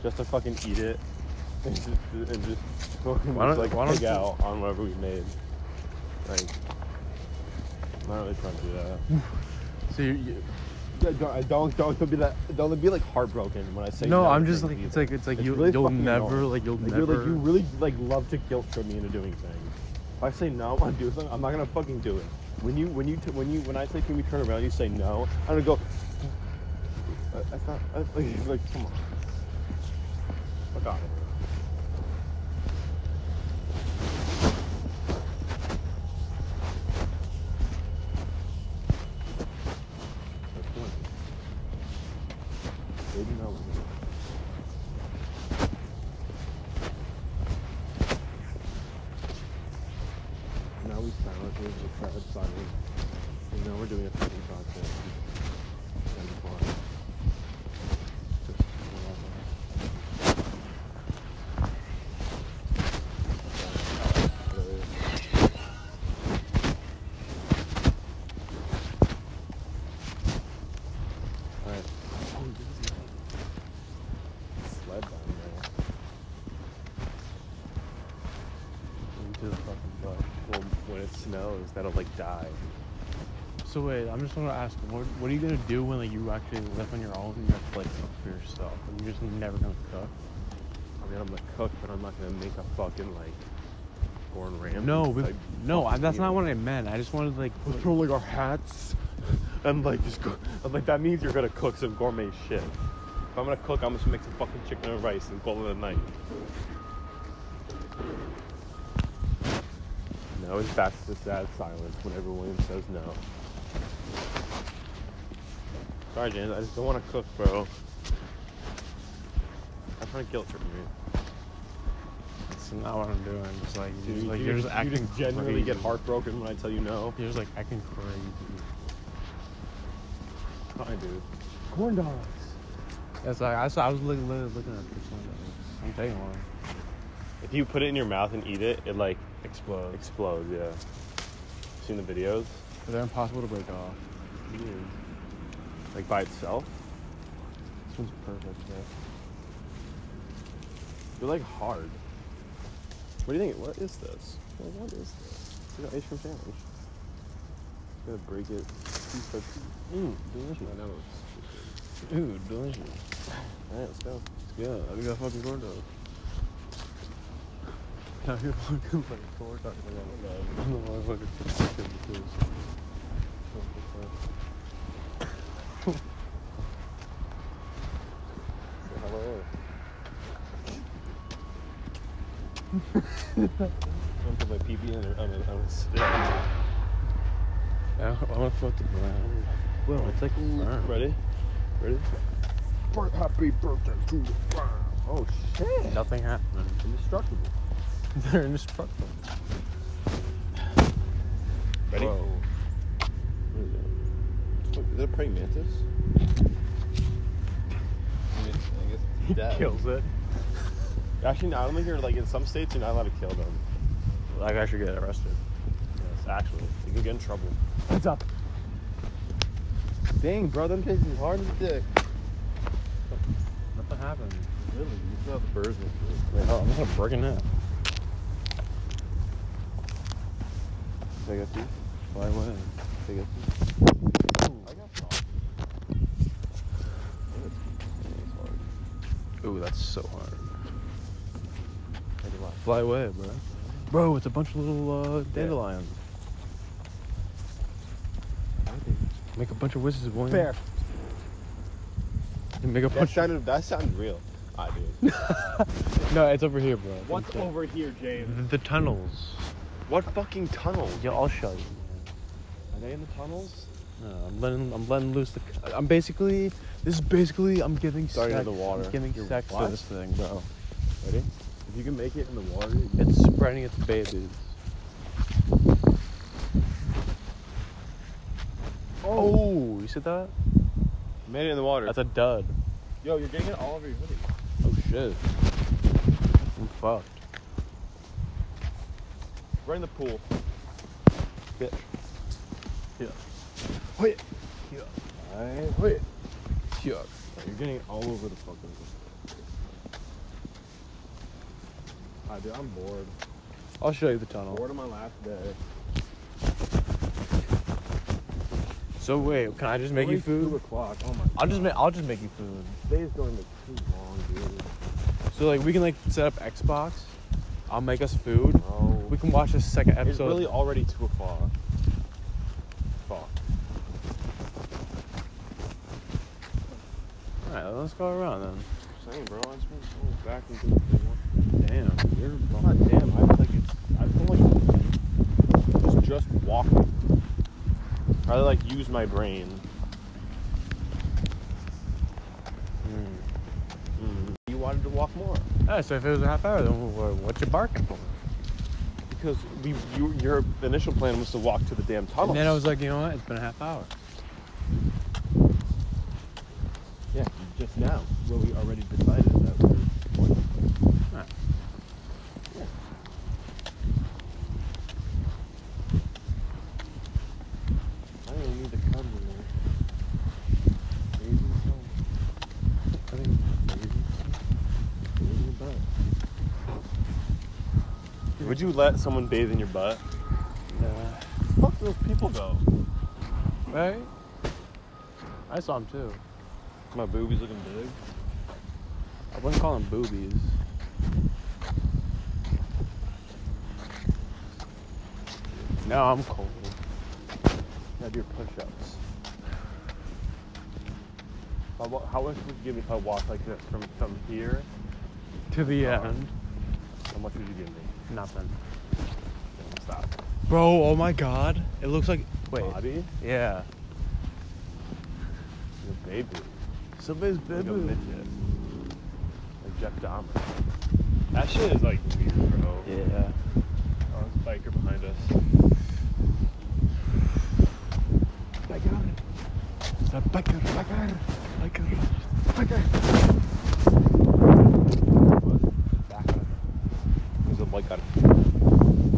[SPEAKER 1] Just to fucking eat it. (laughs) And just, and just fucking
[SPEAKER 2] Why don't-
[SPEAKER 1] just, like
[SPEAKER 2] why don't
[SPEAKER 1] pig
[SPEAKER 2] you-
[SPEAKER 1] out on whatever we made. Like, I'm not really trying to do that.
[SPEAKER 2] So you, you,
[SPEAKER 1] Yeah, Don't, I don't, don't, don't be that. Don't be like heartbroken when I say.
[SPEAKER 2] no,
[SPEAKER 1] to
[SPEAKER 2] I'm just
[SPEAKER 1] things
[SPEAKER 2] like it's
[SPEAKER 1] either.
[SPEAKER 2] like it's like
[SPEAKER 1] It's
[SPEAKER 2] you
[SPEAKER 1] really
[SPEAKER 2] you'll
[SPEAKER 1] fucking
[SPEAKER 2] never
[SPEAKER 1] annoying.
[SPEAKER 2] like you'll
[SPEAKER 1] Like,
[SPEAKER 2] never.
[SPEAKER 1] You're like you really like love to guilt trip me into doing things. If I say no, (laughs) I want to do something. I'm not gonna fucking do it. When you when you t- when you when I say can we turn around, you say no. I'm gonna go. "Uh, That's not. I, (laughs) like, like come on. Fuck off. That's good. They didn't know. Now we silently the crowd silent. And now we're doing a fucking podcast. And it's fun. Just whatever. Alright. Oh, this is nice. Sled down there. Into the fucking butt. Well, when it snows, that'll like die.
[SPEAKER 2] So wait, I'm just gonna ask, what what are you gonna do when like you actually live on your own and you have to like cook for yourself and you're just never gonna cook?
[SPEAKER 1] I mean, I'm gonna cook, but I'm not gonna make a fucking like corn ram.
[SPEAKER 2] No, we,
[SPEAKER 1] like,
[SPEAKER 2] no, I, that's not what I meant. I just wanted like,
[SPEAKER 1] We'll throw like our hats, and like just go. I'm like that means you're gonna cook some gourmet shit. If I'm gonna cook, I'm just gonna make some fucking chicken and rice and call it a night. Now it's back to the sad silence whenever William says no. Sorry, James, I just don't want to cook, bro. I'm trying to guilt trip me.
[SPEAKER 2] that's not what I'm doing. It's like,
[SPEAKER 1] Dude,
[SPEAKER 2] you're just, like
[SPEAKER 1] you,
[SPEAKER 2] you're just
[SPEAKER 1] just, you
[SPEAKER 2] acting.
[SPEAKER 1] just generally get
[SPEAKER 2] crazy.
[SPEAKER 1] heartbroken when I tell you no.
[SPEAKER 2] You're just like acting crazy.
[SPEAKER 1] I do. Corn dogs.
[SPEAKER 2] That's like I saw. I was looking, literally looking at this one. I'm taking one.
[SPEAKER 1] If you put it in your mouth and eat it, it like
[SPEAKER 2] Explodes.
[SPEAKER 1] explodes. Yeah. Seen the videos?
[SPEAKER 2] They're impossible to break off.
[SPEAKER 1] Mm-hmm. Like by itself?
[SPEAKER 2] This one's perfect.
[SPEAKER 1] (laughs)
[SPEAKER 2] Bro.
[SPEAKER 1] They're like hard. What do you think? What is this? Like, what is this? It's like an ice cream sandwich. Gonna break it piece by piece. Mmm, delicious. I know.
[SPEAKER 2] Ooh, delicious.
[SPEAKER 1] All right, let's go.
[SPEAKER 2] Yeah, I got fucking
[SPEAKER 1] (laughs)
[SPEAKER 2] corn dog. Now you're fucking like corn dog. I'm the motherfucker from the Kids.
[SPEAKER 1] Say hello. I'm gonna put my PB in there. I'm gonna, I'm gonna sit.
[SPEAKER 2] Yeah, I'm gonna fuck the ground. Well, it's like brown.
[SPEAKER 1] Ready? Ready? Happy birthday to the Oh shit!
[SPEAKER 2] Nothing happened.
[SPEAKER 1] Indestructible.
[SPEAKER 2] (laughs) They're indestructible.
[SPEAKER 6] Ready?
[SPEAKER 1] Whoa. What is that?
[SPEAKER 6] Is that praying mantis? I guess it's dead.
[SPEAKER 2] it.
[SPEAKER 1] Actually, no, I don't think you're like in some states you're not allowed to kill them.
[SPEAKER 2] Like I should get arrested.
[SPEAKER 1] Yes, actually, you can get in trouble.
[SPEAKER 2] What's up?
[SPEAKER 1] Dang, bro, them things is hard as a dick.
[SPEAKER 2] Nothing happened.
[SPEAKER 6] Really? You still have birds with you.
[SPEAKER 2] Wait, oh, I'm gonna break it up.
[SPEAKER 1] Take a seat.
[SPEAKER 2] Why would?
[SPEAKER 1] Take a seat.
[SPEAKER 2] Ooh, that's so hard.
[SPEAKER 1] Take a lot.
[SPEAKER 2] Fly away, bro. Bro, it's a bunch of little uh, dandelions. Make a bunch of wishes, boy.
[SPEAKER 1] Bear.
[SPEAKER 2] Make a
[SPEAKER 1] That
[SPEAKER 2] bunch.
[SPEAKER 1] sounded, that sounded real. Ah, I
[SPEAKER 2] (laughs)
[SPEAKER 1] did.
[SPEAKER 2] No, it's over here, bro.
[SPEAKER 6] What's
[SPEAKER 2] It's, uh,
[SPEAKER 6] over here, James?
[SPEAKER 2] The, the tunnels.
[SPEAKER 1] What fucking tunnel?
[SPEAKER 2] Yeah, I'll show you.
[SPEAKER 1] Are they in the tunnels?
[SPEAKER 2] No, I'm letting I'm letting loose the. I'm basically this is basically I'm giving
[SPEAKER 1] Sorry to
[SPEAKER 2] sex.
[SPEAKER 1] the water.
[SPEAKER 2] I'm giving
[SPEAKER 1] You're-
[SPEAKER 2] sex to
[SPEAKER 1] what?
[SPEAKER 2] this thing, bro.
[SPEAKER 1] Ready? If you can make it in the water, you-
[SPEAKER 2] It's spreading its babies. Oh, you see that?
[SPEAKER 6] Made it in the water.
[SPEAKER 2] That's a dud.
[SPEAKER 6] Yo, you're getting it all over your hoodie.
[SPEAKER 2] Oh shit. I'm fucked.
[SPEAKER 6] Right in the pool.
[SPEAKER 2] Bitch.
[SPEAKER 1] Wait. Yeah. Alright. Wait. Yeah. You're getting it all over the fucking Ah, dude, I'm bored.
[SPEAKER 2] I'll show you the tunnel.
[SPEAKER 1] Bored of my last day.
[SPEAKER 2] So wait, can I just make you
[SPEAKER 1] Only Two
[SPEAKER 2] food?
[SPEAKER 1] o'clock. Oh my.
[SPEAKER 2] I'll just make I'll just make you food.
[SPEAKER 1] Today's going to be too long, dude.
[SPEAKER 2] So like we can like set up Xbox. I'll make us food.
[SPEAKER 1] No.
[SPEAKER 2] We can watch the second
[SPEAKER 1] it's
[SPEAKER 2] episode.
[SPEAKER 1] really already two o'clock. Fuck.
[SPEAKER 2] Alright, let's go around then.
[SPEAKER 6] Same, bro. I just want to back and do what they want.
[SPEAKER 2] Damn.
[SPEAKER 1] You're God damn. I feel like it's. I feel like it's just walking. I like use my brain. Mm-hmm. You wanted to walk more
[SPEAKER 2] Hmm. Alright, so if it was a half hour, then wh- wh- what you barking for?
[SPEAKER 1] because we you, your initial plan was to walk to the damn tunnel.
[SPEAKER 2] And then I was like, you know what? It's been a half hour.
[SPEAKER 1] yeah, just now where we already decided that. We're I don't even need to come anymore. Crazy song. I mean, crazy song. Crazy butt.
[SPEAKER 6] Would you let someone bathe in your butt?
[SPEAKER 1] Fuck those people though.
[SPEAKER 2] Right? I saw him too.
[SPEAKER 6] My boobies looking big.
[SPEAKER 2] I wouldn't call them boobies. No, I'm cold.
[SPEAKER 1] Have your push-ups. How, wa- how much would you give me if I walked like this from from here?
[SPEAKER 2] To the end.
[SPEAKER 1] How much would you give me?
[SPEAKER 2] Nothing.
[SPEAKER 1] Stop.
[SPEAKER 2] Bro, oh my god. It looks like. Wait.
[SPEAKER 1] Bobby,
[SPEAKER 2] Yeah.
[SPEAKER 1] your baby,
[SPEAKER 2] Somebody's
[SPEAKER 1] like a
[SPEAKER 2] boo.
[SPEAKER 1] midget, like Jeff Dahmer. That shit is like weird, bro.
[SPEAKER 2] Yeah.
[SPEAKER 1] Oh, there's a biker behind us.
[SPEAKER 2] Biker, biker, biker.
[SPEAKER 1] What? Back on. There's a bike on.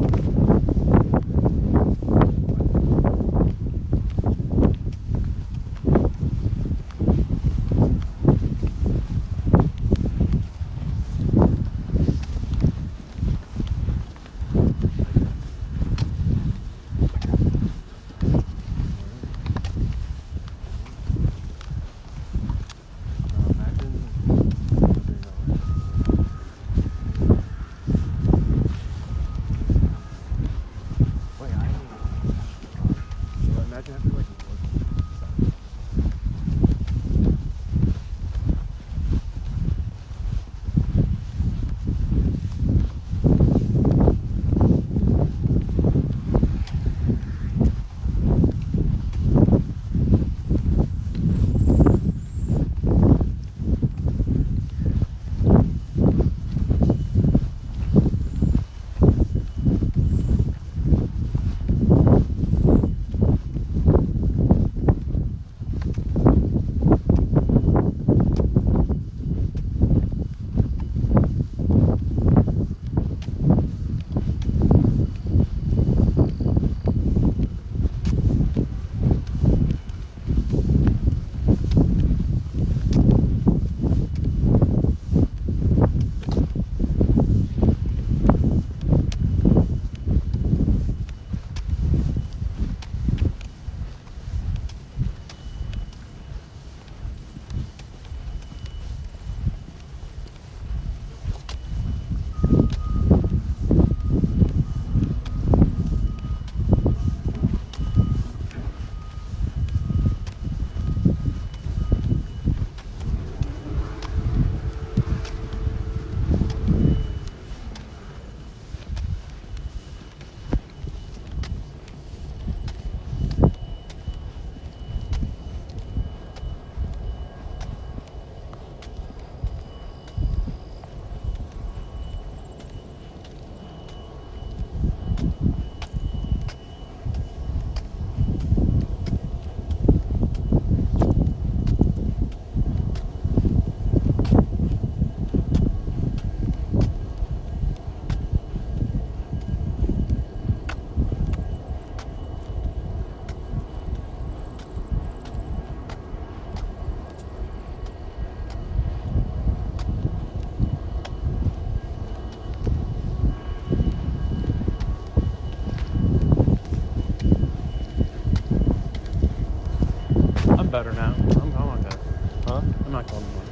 [SPEAKER 2] phone anymore.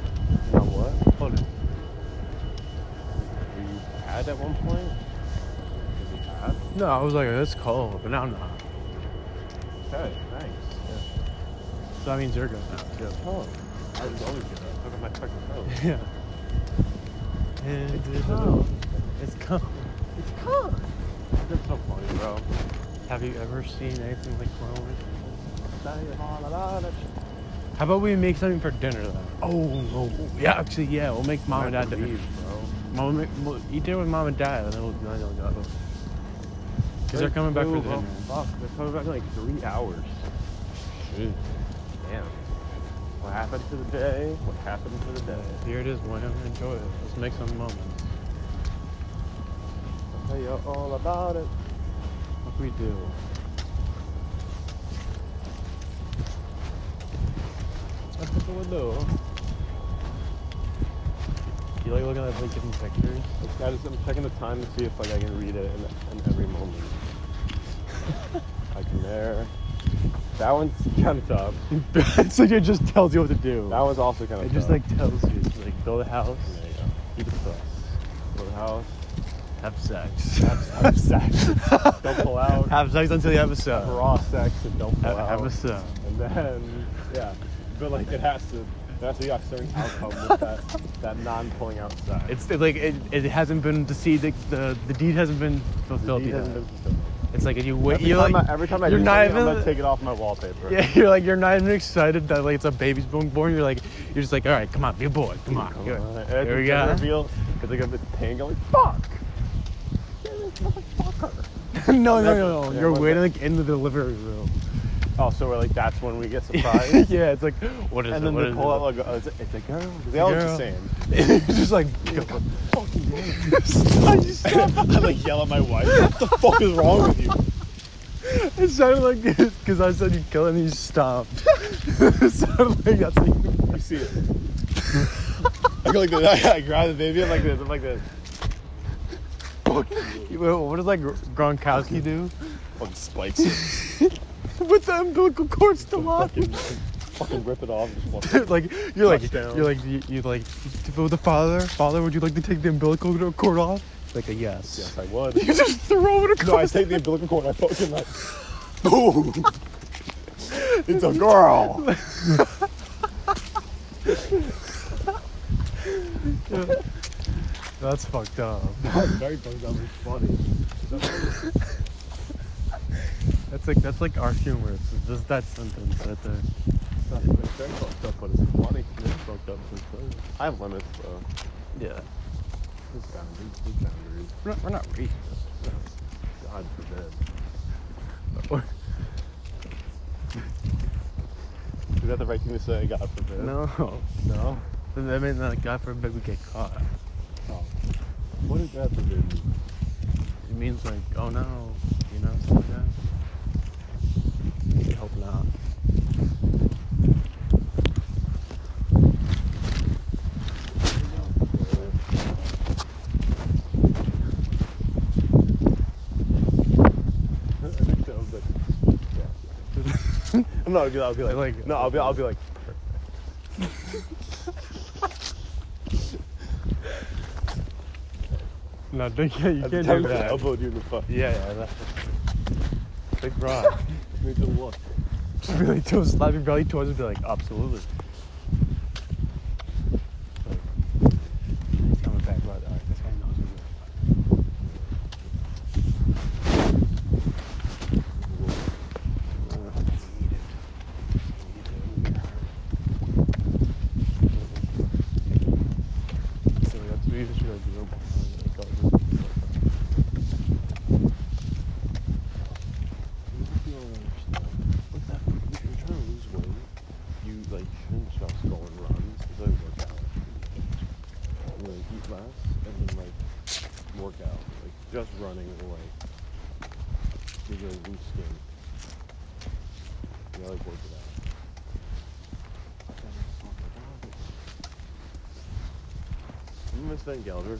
[SPEAKER 1] Now what?
[SPEAKER 2] Hold it.
[SPEAKER 1] Were you bad at one point? Is it bad?
[SPEAKER 2] No, I was like, that's cold, but now I'm not.
[SPEAKER 1] Okay, thanks.
[SPEAKER 2] So that means you're good now. Good.
[SPEAKER 1] Oh, I was always good. Look at my fucking (laughs) phone.
[SPEAKER 2] Yeah. And it's
[SPEAKER 1] cold.
[SPEAKER 2] It's cold.
[SPEAKER 1] It's cold. That's so funny, bro.
[SPEAKER 2] Have you ever seen anything like Corona?
[SPEAKER 1] Say la la la, that shit.
[SPEAKER 2] How about we make something for dinner then? Oh no. Yeah, actually, yeah, we'll make mom and
[SPEAKER 1] I have
[SPEAKER 2] dad
[SPEAKER 1] to
[SPEAKER 2] dinner.
[SPEAKER 1] leave, bro.
[SPEAKER 2] Mom, and- we'll eat dinner with mom and dad, and then we'll then we'll go. Because they're
[SPEAKER 1] Like,
[SPEAKER 2] coming back for
[SPEAKER 1] dude,
[SPEAKER 2] dinner.
[SPEAKER 1] oh, Fuck, they're coming back in like three hours. Damn. What happened to the day? What happened to the day?
[SPEAKER 2] Here it is, William. Enjoy it. Let's make some moments.
[SPEAKER 1] I'll tell you all about it.
[SPEAKER 2] What we do?
[SPEAKER 1] That's what we'll do.
[SPEAKER 2] You like looking at LinkedIn (laughs) pictures?
[SPEAKER 1] Like, I just, I'm checking the time to see if like I can read it in, in every
[SPEAKER 2] (laughs)
[SPEAKER 1] moment. like in there. That one's kind of tough.
[SPEAKER 2] it's like it just tells you what to do.
[SPEAKER 1] That one's also kind of
[SPEAKER 2] It
[SPEAKER 1] tough.
[SPEAKER 2] just like tells you, it's like build a house,
[SPEAKER 1] There you go.
[SPEAKER 2] eat a puss,
[SPEAKER 1] Little house.
[SPEAKER 2] have sex,
[SPEAKER 1] Have sex. Don't pull out.
[SPEAKER 2] (laughs) have sex until you have a son.
[SPEAKER 1] Raw sex and don't pull
[SPEAKER 2] Have,
[SPEAKER 1] out.
[SPEAKER 2] have a son.
[SPEAKER 1] And then, yeah, but like it has to, there has to be a certain outcome with that, that non-pulling out side.
[SPEAKER 2] It's it, like it, it hasn't been to see the, the the deed hasn't been
[SPEAKER 1] The
[SPEAKER 2] fulfilled
[SPEAKER 1] deed
[SPEAKER 2] yet.
[SPEAKER 1] hasn't been fulfilled.
[SPEAKER 2] It's like if you wait,
[SPEAKER 1] every,
[SPEAKER 2] you're
[SPEAKER 1] time
[SPEAKER 2] like
[SPEAKER 1] I, every time I
[SPEAKER 2] you're
[SPEAKER 1] do
[SPEAKER 2] not
[SPEAKER 1] something, I'm
[SPEAKER 2] even-
[SPEAKER 1] gonna take it off my wallpaper.
[SPEAKER 2] yeah, (laughs) you're like you're not even excited that like it's a baby's being born. You're like you're just like all right, come on, be a boy, come on,
[SPEAKER 1] Come
[SPEAKER 2] here,
[SPEAKER 1] on. And
[SPEAKER 2] here
[SPEAKER 1] it's a
[SPEAKER 2] we go.
[SPEAKER 1] Reveal, it's like a bit pink. I'm like, fuck. Motherfucker.
[SPEAKER 2] (laughs) no, no, no, no,
[SPEAKER 1] Yeah,
[SPEAKER 2] you're
[SPEAKER 1] what's
[SPEAKER 2] waiting like in the delivery (laughs) room.
[SPEAKER 1] Oh, so we're like, that's when
[SPEAKER 2] (laughs)
[SPEAKER 1] we get surprised.
[SPEAKER 2] yeah, it's like what is
[SPEAKER 1] and
[SPEAKER 2] it?
[SPEAKER 1] then
[SPEAKER 2] what
[SPEAKER 1] they
[SPEAKER 2] is
[SPEAKER 1] pull
[SPEAKER 2] it?
[SPEAKER 1] out like, oh, it's a, it's a girl. 'Cause They all look the
[SPEAKER 2] girl.
[SPEAKER 1] same.
[SPEAKER 2] (laughs)
[SPEAKER 1] (laughs)
[SPEAKER 2] It's just like (laughs) Stop, stop.
[SPEAKER 1] I like yell at my wife. What the fuck is wrong with you?
[SPEAKER 2] It sounded like (laughs) this because I said you kill him and you stopped. (laughs) it sounded like that's like,
[SPEAKER 1] You see it. I go like this. (laughs) I grab the baby. I'm like this. I'm like this.
[SPEAKER 2] (laughs) what does like Gronkowski do?
[SPEAKER 1] Fucking spikes.
[SPEAKER 2] With the umbilical cord still on.
[SPEAKER 1] fucking, fucking rip it off. Just fucking-
[SPEAKER 2] (laughs)
[SPEAKER 1] (laughs)
[SPEAKER 2] like you're like
[SPEAKER 1] Touchdown.
[SPEAKER 2] you're like you, you like with the father. Father, would you like to take the umbilical cord off? Like a yes.
[SPEAKER 1] yes, I would.
[SPEAKER 2] You (laughs) just throw it
[SPEAKER 1] No, I
[SPEAKER 2] across.
[SPEAKER 1] take the umbilical cord. and I fucking like. (laughs) Boom. (laughs) it's a girl. (laughs)
[SPEAKER 2] (laughs) that's fucked up.
[SPEAKER 1] Very fucked up. It's funny.
[SPEAKER 2] That's like that's like our humor. It's just that sentence right there.
[SPEAKER 1] It's not- it's very fucked up, but it's funny. It's fucked up. It's funny. I have limits, bro.
[SPEAKER 2] Yeah.
[SPEAKER 1] There's boundaries. There's boundaries.
[SPEAKER 2] We're not, we're not racist.
[SPEAKER 1] God forbid.
[SPEAKER 2] Or-
[SPEAKER 1] Is that the right thing to say? God forbid.
[SPEAKER 2] (laughs) No.
[SPEAKER 1] No.
[SPEAKER 2] I mean, like, God forbid we get caught.
[SPEAKER 1] Oh. What does God
[SPEAKER 2] (laughs)
[SPEAKER 1] forbid (laughs) mean?
[SPEAKER 2] It means like, oh no, you know, something like that. I hope not.
[SPEAKER 1] No, I'll be, I'll be like,
[SPEAKER 2] Like-
[SPEAKER 1] no, I'll be, I'll be like,
[SPEAKER 2] No, (laughs) don't, yeah, you
[SPEAKER 1] at
[SPEAKER 2] can't
[SPEAKER 1] the
[SPEAKER 2] do
[SPEAKER 1] time I
[SPEAKER 2] that.
[SPEAKER 1] elbowed you in the fuck.
[SPEAKER 2] Yeah, yeah, that. Big rock.
[SPEAKER 1] Need to look.
[SPEAKER 2] really, to slap your belly towards and be like, absolutely. Like, he's coming back, but all right, this guy knows who we are. Uh, need it. Need it. So we have to be just like real- like, go-
[SPEAKER 1] You don't understand. With that, if you're trying to lose weight, you like shouldn't just go on runs. It's like work out. You like eat less and then like work out. Like just running will like give you a loose skin. You gotta like work it out. You miss that Gelder?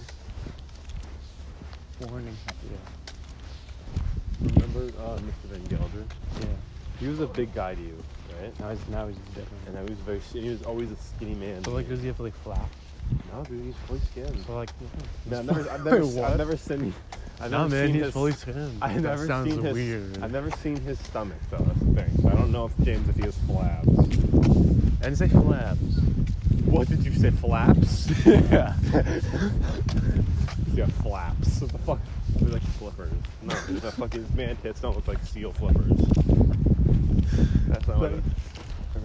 [SPEAKER 2] Warning. Yeah.
[SPEAKER 1] Remember uh, Mr. Van Gelder?
[SPEAKER 2] Yeah.
[SPEAKER 1] He was a big guy to you, right?
[SPEAKER 2] Now he's now he's different.
[SPEAKER 1] And I was very. He was always a skinny man.
[SPEAKER 2] So like, does he have to like flap?
[SPEAKER 1] no, dude, he's fully skinned.
[SPEAKER 2] So like, (laughs)
[SPEAKER 1] No, I've never, I've never,
[SPEAKER 2] Wait,
[SPEAKER 1] I've
[SPEAKER 2] what?
[SPEAKER 1] never seen. I've
[SPEAKER 2] nah,
[SPEAKER 1] never
[SPEAKER 2] man,
[SPEAKER 1] seen
[SPEAKER 2] he's
[SPEAKER 1] his,
[SPEAKER 2] fully skinny.
[SPEAKER 1] (laughs) I've
[SPEAKER 2] that
[SPEAKER 1] never
[SPEAKER 2] sounds
[SPEAKER 1] seen his,
[SPEAKER 2] weird.
[SPEAKER 1] I've never seen his stomach though. That's the thing. So I don't know if James if he has flaps.
[SPEAKER 2] And say flaps.
[SPEAKER 1] What did you say? (laughs)
[SPEAKER 2] (laughs)
[SPEAKER 1] Flaps?
[SPEAKER 2] yeah.
[SPEAKER 1] He's got flaps. What the fuck? They're like flippers. No, dude, that fucking his man tits don't look like seal flippers. That's not what. It,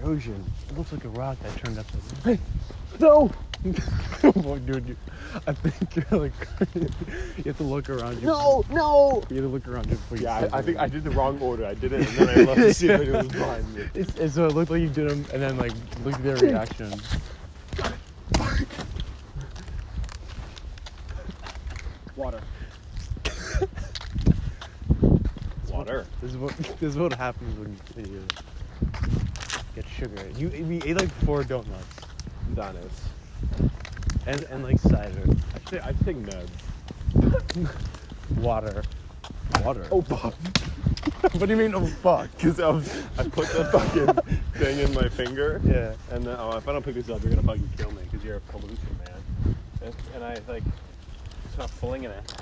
[SPEAKER 2] Erosion. It looks like a rock that turned upside (laughs)
[SPEAKER 1] no.
[SPEAKER 2] down. Well, Dude, you, I think you're like, (laughs) you have to look around you.
[SPEAKER 1] No.
[SPEAKER 2] You have to look around you before you
[SPEAKER 1] Yeah,
[SPEAKER 2] say
[SPEAKER 1] I, I think I
[SPEAKER 2] something.
[SPEAKER 1] did the wrong order. I did it, and then I looked to see if it was behind me.
[SPEAKER 2] It's, it's, so it looked like you did them, and then like look at their reaction.
[SPEAKER 1] Water. Water.
[SPEAKER 2] This is what (laughs) this is what happens when you get sugar. You we ate like four donuts
[SPEAKER 1] Donis.
[SPEAKER 2] and and like cider,
[SPEAKER 1] I should, I should take meds.
[SPEAKER 2] water, water.
[SPEAKER 1] Oh, fuck.
[SPEAKER 2] what do you mean? Oh fuck.
[SPEAKER 1] Because I, was- I put the fucking thing in my finger.
[SPEAKER 2] Yeah.
[SPEAKER 1] And then, oh, if I don't pick this up, you're gonna fucking kill me because you're a pollution man. And, and I like, start flinging it,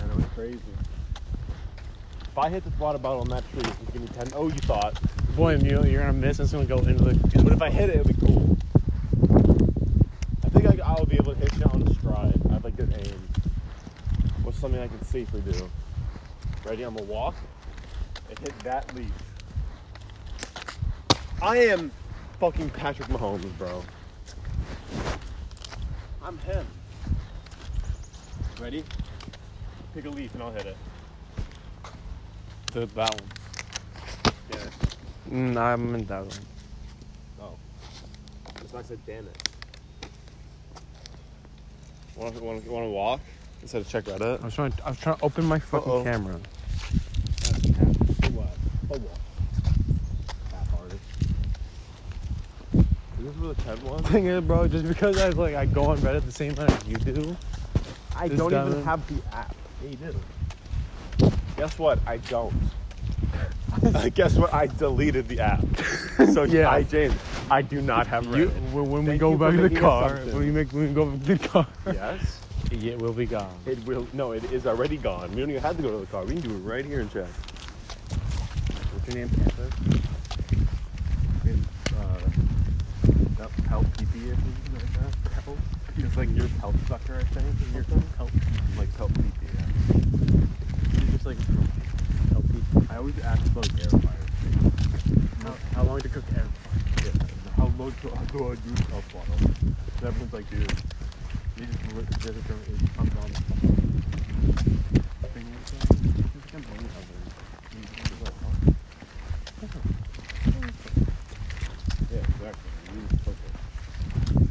[SPEAKER 1] and it was crazy. If I hit this water bottle on that tree, it's gonna be ten. Oh, you thought.
[SPEAKER 2] Boy, and you you're gonna miss. It's gonna go into the.
[SPEAKER 1] But if I hit it, it'd be cool. I think like, I'll be able to hit you on a stride. I have like good aim. What's something I can safely do? Ready? I'm gonna walk and hit that leaf. I am fucking Patrick Mahomes, bro. I'm him. Ready? Pick a leaf and I'll hit it.
[SPEAKER 2] the that one.
[SPEAKER 1] Damn it.
[SPEAKER 2] Mm, I meant that one.
[SPEAKER 1] Oh. That's why I said damn it. Want to, want to, want to walk instead of check Reddit?
[SPEAKER 2] I was trying. I was trying to open my fucking
[SPEAKER 1] Uh-oh.
[SPEAKER 2] camera.
[SPEAKER 1] Is this where the Ted one?
[SPEAKER 2] Thing is, bro, just because I like I go on Reddit the same time as you do.
[SPEAKER 1] I
[SPEAKER 2] This
[SPEAKER 1] don't even
[SPEAKER 2] diamond?
[SPEAKER 1] have the app. Yeah, you do. Guess what? I don't. (laughs) Uh, Guess what? I deleted the app. (laughs) So
[SPEAKER 2] Yeah.
[SPEAKER 1] I, James, I do not have
[SPEAKER 2] You,
[SPEAKER 1] Reddit.
[SPEAKER 2] when when we
[SPEAKER 1] Thank
[SPEAKER 2] go
[SPEAKER 1] you for
[SPEAKER 2] back to the
[SPEAKER 1] making
[SPEAKER 2] car,
[SPEAKER 1] assumptions.
[SPEAKER 2] when we make when we go back to the car,
[SPEAKER 1] (laughs) yes.
[SPEAKER 2] yeah, we'll be gone.
[SPEAKER 1] It will. No, it is already gone. We don't even have to go to the car. We can do it right here in check. What's your name, Panther? Uh, help PP or something like that. Help. It's like your help sucker, I think. Your help. Like help PP. Yeah. It's just like help PP. I always ask about air fryers. How, how long to cook air fryers? Yeah. How long do, how do I use help bottle? And everyone's like, dude. You just look at it from it comes on. Yeah, exactly. You just click it.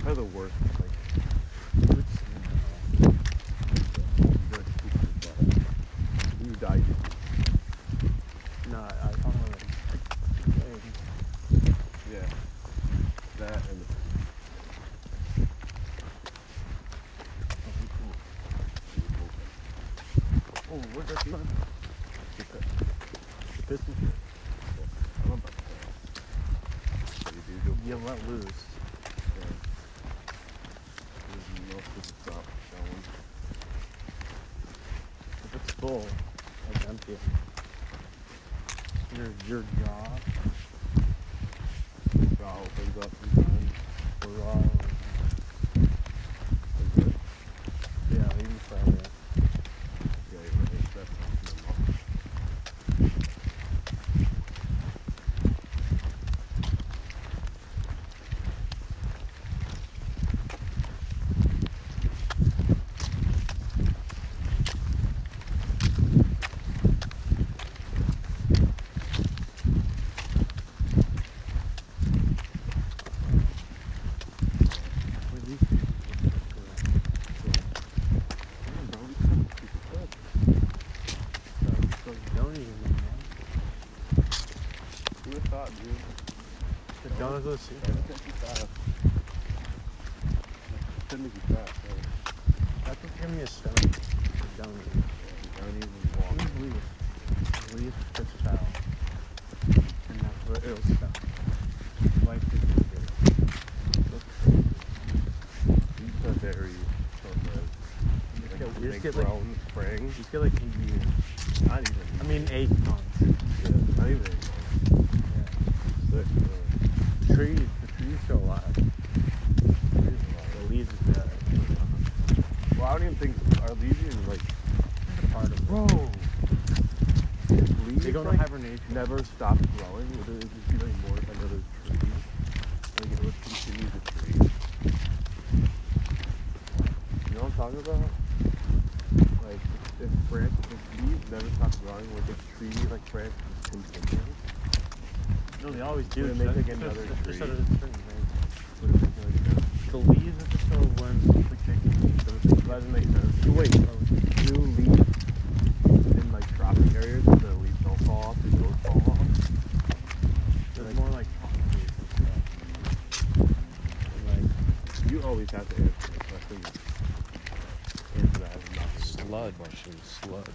[SPEAKER 6] Probably the worst. Like, you died.
[SPEAKER 4] No, I, I don't know.
[SPEAKER 6] Yeah. That and Oh, what that's not.
[SPEAKER 4] The pistol.
[SPEAKER 6] I don't know about that. You do go
[SPEAKER 4] You let loose.
[SPEAKER 6] there's no good
[SPEAKER 1] oh,
[SPEAKER 6] stop. That one.
[SPEAKER 4] If it's full, it's empty. Your your jaw.
[SPEAKER 6] Jaw opens up sometimes.
[SPEAKER 4] We're all
[SPEAKER 6] Like that.
[SPEAKER 4] yeah, even Friday.
[SPEAKER 6] Yeah, you're right. That's not good enough.
[SPEAKER 2] was this? That's what gave me a stomach. Don't even-
[SPEAKER 1] Don't even walk.
[SPEAKER 2] Leave, leave. Leave the child. And that's where it'll stop. Life is good.
[SPEAKER 1] These are very
[SPEAKER 2] Just
[SPEAKER 1] sort of, like,
[SPEAKER 2] get- just
[SPEAKER 1] big
[SPEAKER 2] get, like-
[SPEAKER 1] brown spring.
[SPEAKER 2] Just get like eight years.
[SPEAKER 1] Not even.
[SPEAKER 2] I mean, eight months.
[SPEAKER 1] yeah, not even. Six, uh,
[SPEAKER 2] Trees, the trees are alive. The leaves are dead.
[SPEAKER 1] Well, I don't even think our leaves even like.
[SPEAKER 2] Part of it.
[SPEAKER 1] Bro. Leaves
[SPEAKER 2] They go into
[SPEAKER 1] like,
[SPEAKER 2] hibernation.
[SPEAKER 1] never stop growing. Literally, it'd just be like more like another tree. Like it would continue to tree. You know what I'm talking about? Like if, if branch, if leaves never stop growing, would the tree like branch just continue?
[SPEAKER 2] No, they always do.
[SPEAKER 1] Would it make,
[SPEAKER 2] That's-
[SPEAKER 1] like,
[SPEAKER 2] that's-
[SPEAKER 1] another
[SPEAKER 2] that's- that's
[SPEAKER 1] tree?
[SPEAKER 2] sort of the thing, right?
[SPEAKER 1] Would it make like no-
[SPEAKER 2] The leaves are just sort of worms particularly. So it doesn't make sense.
[SPEAKER 1] So wait, do leaves in like tropic areas if the leaves don't fall off, do those fall off?
[SPEAKER 2] It's more like concrete and stuff. And, like,
[SPEAKER 1] You always have to answer that question. Answer that as not to
[SPEAKER 7] Slud, Martian, slud.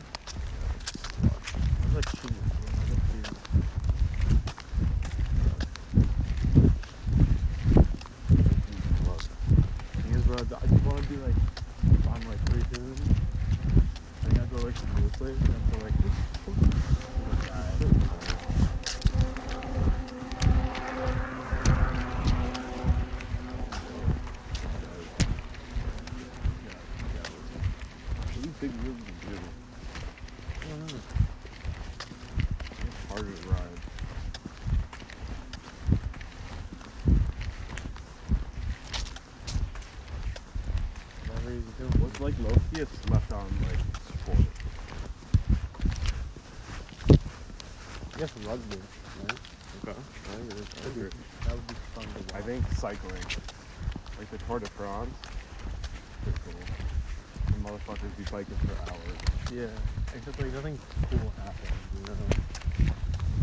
[SPEAKER 2] it's like cheese. you know, like
[SPEAKER 1] Because bro, I just want to be like, if I'm like three dudes, I think I go like to the new place and I go like this. Really big wheels is beautiful.
[SPEAKER 2] beer. I don't know.
[SPEAKER 1] It's harder to ride.
[SPEAKER 2] Whatever he's doing.
[SPEAKER 1] What's like low key a slept on like sport?
[SPEAKER 2] I guess rugby, right?
[SPEAKER 1] Okay. I think it is. I agree.
[SPEAKER 2] That would be fun to watch.
[SPEAKER 1] I think cycling, like the Tour de France, pretty cool. The motherfuckers be biking for hours.
[SPEAKER 2] Yeah. Except like nothing cool happens, you know.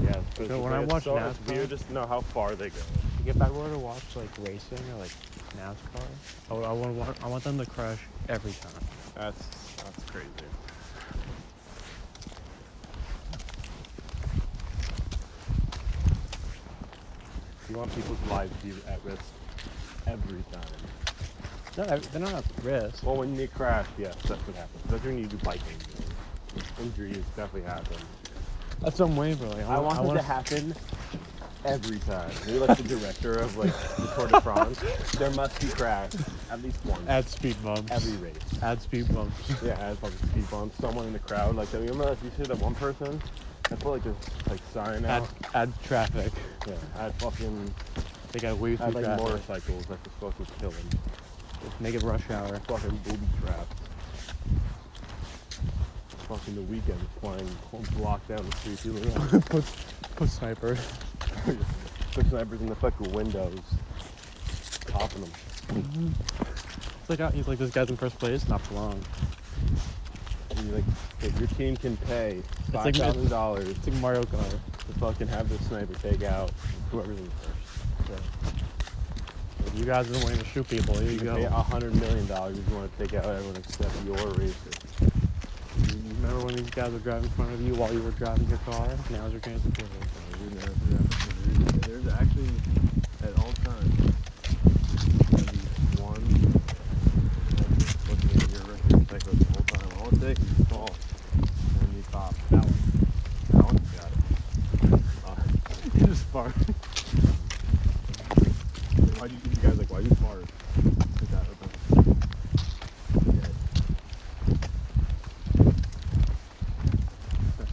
[SPEAKER 7] Yeah, but
[SPEAKER 2] So
[SPEAKER 7] it's
[SPEAKER 2] when
[SPEAKER 7] like
[SPEAKER 2] I
[SPEAKER 7] it's
[SPEAKER 2] watch
[SPEAKER 7] so, it's
[SPEAKER 2] NASCAR-
[SPEAKER 7] weird just to know how far they go.
[SPEAKER 2] Like, if I were to watch like racing or like NASCAR, I, would, I would want I want them to crash every time.
[SPEAKER 1] That's that's crazy.
[SPEAKER 7] You want people's lives to be at risk every time.
[SPEAKER 2] No, ev- they're not at risk.
[SPEAKER 7] Well, when they crash, yes, that's what happens. That's when you do biking. Injuries definitely happen.
[SPEAKER 2] That's some way, bro. Like,
[SPEAKER 7] I want
[SPEAKER 2] I
[SPEAKER 7] it
[SPEAKER 2] want
[SPEAKER 7] to happen every time. Maybe like the director of like the Tour de (laughs) France. There must be crash at least once
[SPEAKER 2] Add speed bumps.
[SPEAKER 7] every race.
[SPEAKER 2] Add
[SPEAKER 1] (laughs)
[SPEAKER 2] speed bumps.
[SPEAKER 1] Oh.
[SPEAKER 7] Yeah, I had probably speed bump someone in the crowd. Like, remember like, you see that one person? I put like a like sign
[SPEAKER 2] Add,
[SPEAKER 7] out.
[SPEAKER 2] add traffic.
[SPEAKER 7] yeah, I had fucking
[SPEAKER 2] They got way
[SPEAKER 7] I
[SPEAKER 2] through
[SPEAKER 7] had like
[SPEAKER 2] traffic.
[SPEAKER 7] motorcycles that just fucking kill him.
[SPEAKER 2] Make it rush hour.
[SPEAKER 7] Fucking booby trap. Fucking the weekend flying whole block down the street. You look like (laughs)
[SPEAKER 2] put, put sniper.
[SPEAKER 7] put snipers in the fucking windows, popping them.
[SPEAKER 2] It's like, uh, he's like, this guy's in first place, not for long.
[SPEAKER 7] And you're like, if your team can pay
[SPEAKER 2] like-
[SPEAKER 7] five thousand dollars
[SPEAKER 2] It's like Mario Kart.
[SPEAKER 7] to fucking have the sniper take out whoever's in first. So,
[SPEAKER 2] If you guys are willing to shoot people, here you
[SPEAKER 7] you can pay
[SPEAKER 2] go.
[SPEAKER 7] a hundred million dollars if you want to take out everyone except your racer.
[SPEAKER 2] You remember when these guys were driving in front of you while you were driving your car? Now's your chance to do it.
[SPEAKER 1] There's actually at all times at least one looking at your record cycle the whole time. All it takes is a fall and you pop. That one. That one's got it. (laughs) Uh, you just fart. why do you, you guys like why you fart? Like that open. (laughs)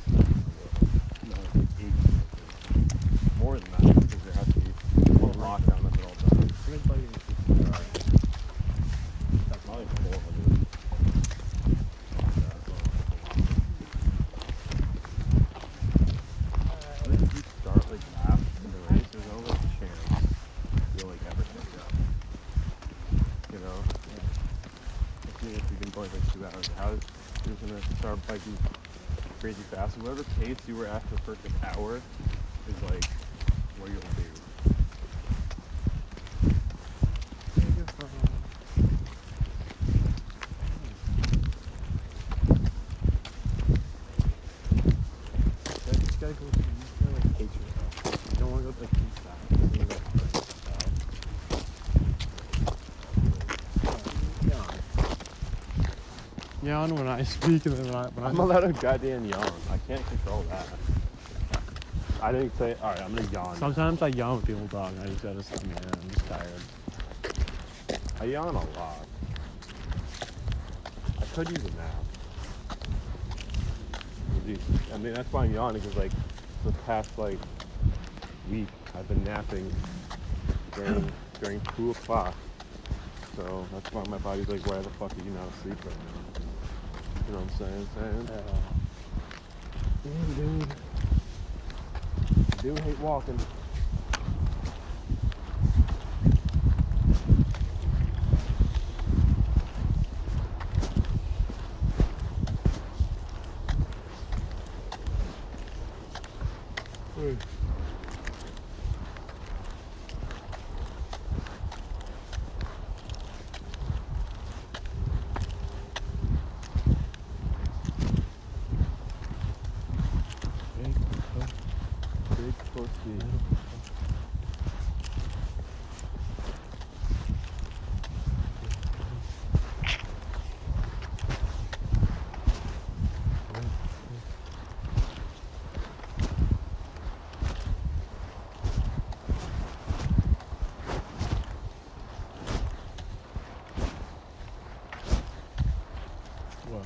[SPEAKER 1] No, it's like eight. More than that, because there has to be a lockdown at all times. That's probably 400. I think if you start like last in the race, there's no like chance you'll like ever catch up. You know? If you, if you can point like two hours, how is you're gonna start biking crazy fast? Whatever pace you were at for the first like, hour is like where you'll be.
[SPEAKER 2] yawn when I (laughs) speak and then when I when
[SPEAKER 1] I'm allowed to goddamn yawn. I can't control that. I didn't say. All right, I'm gonna yawn.
[SPEAKER 2] (laughs) Sometimes I yawn with the old (laughs) dog. and I just gotta stop. Man, I'm just tired.
[SPEAKER 1] I yawn a lot. I could use a nap. Indeed. I mean, that's why I'm yawning because like the past like week I've been napping during during two o'clock. So that's why my body's like, why the fuck are you not asleep right now? You know what I'm saying? saying? Damn, dude. I do hate walking. Big pussy.
[SPEAKER 2] What?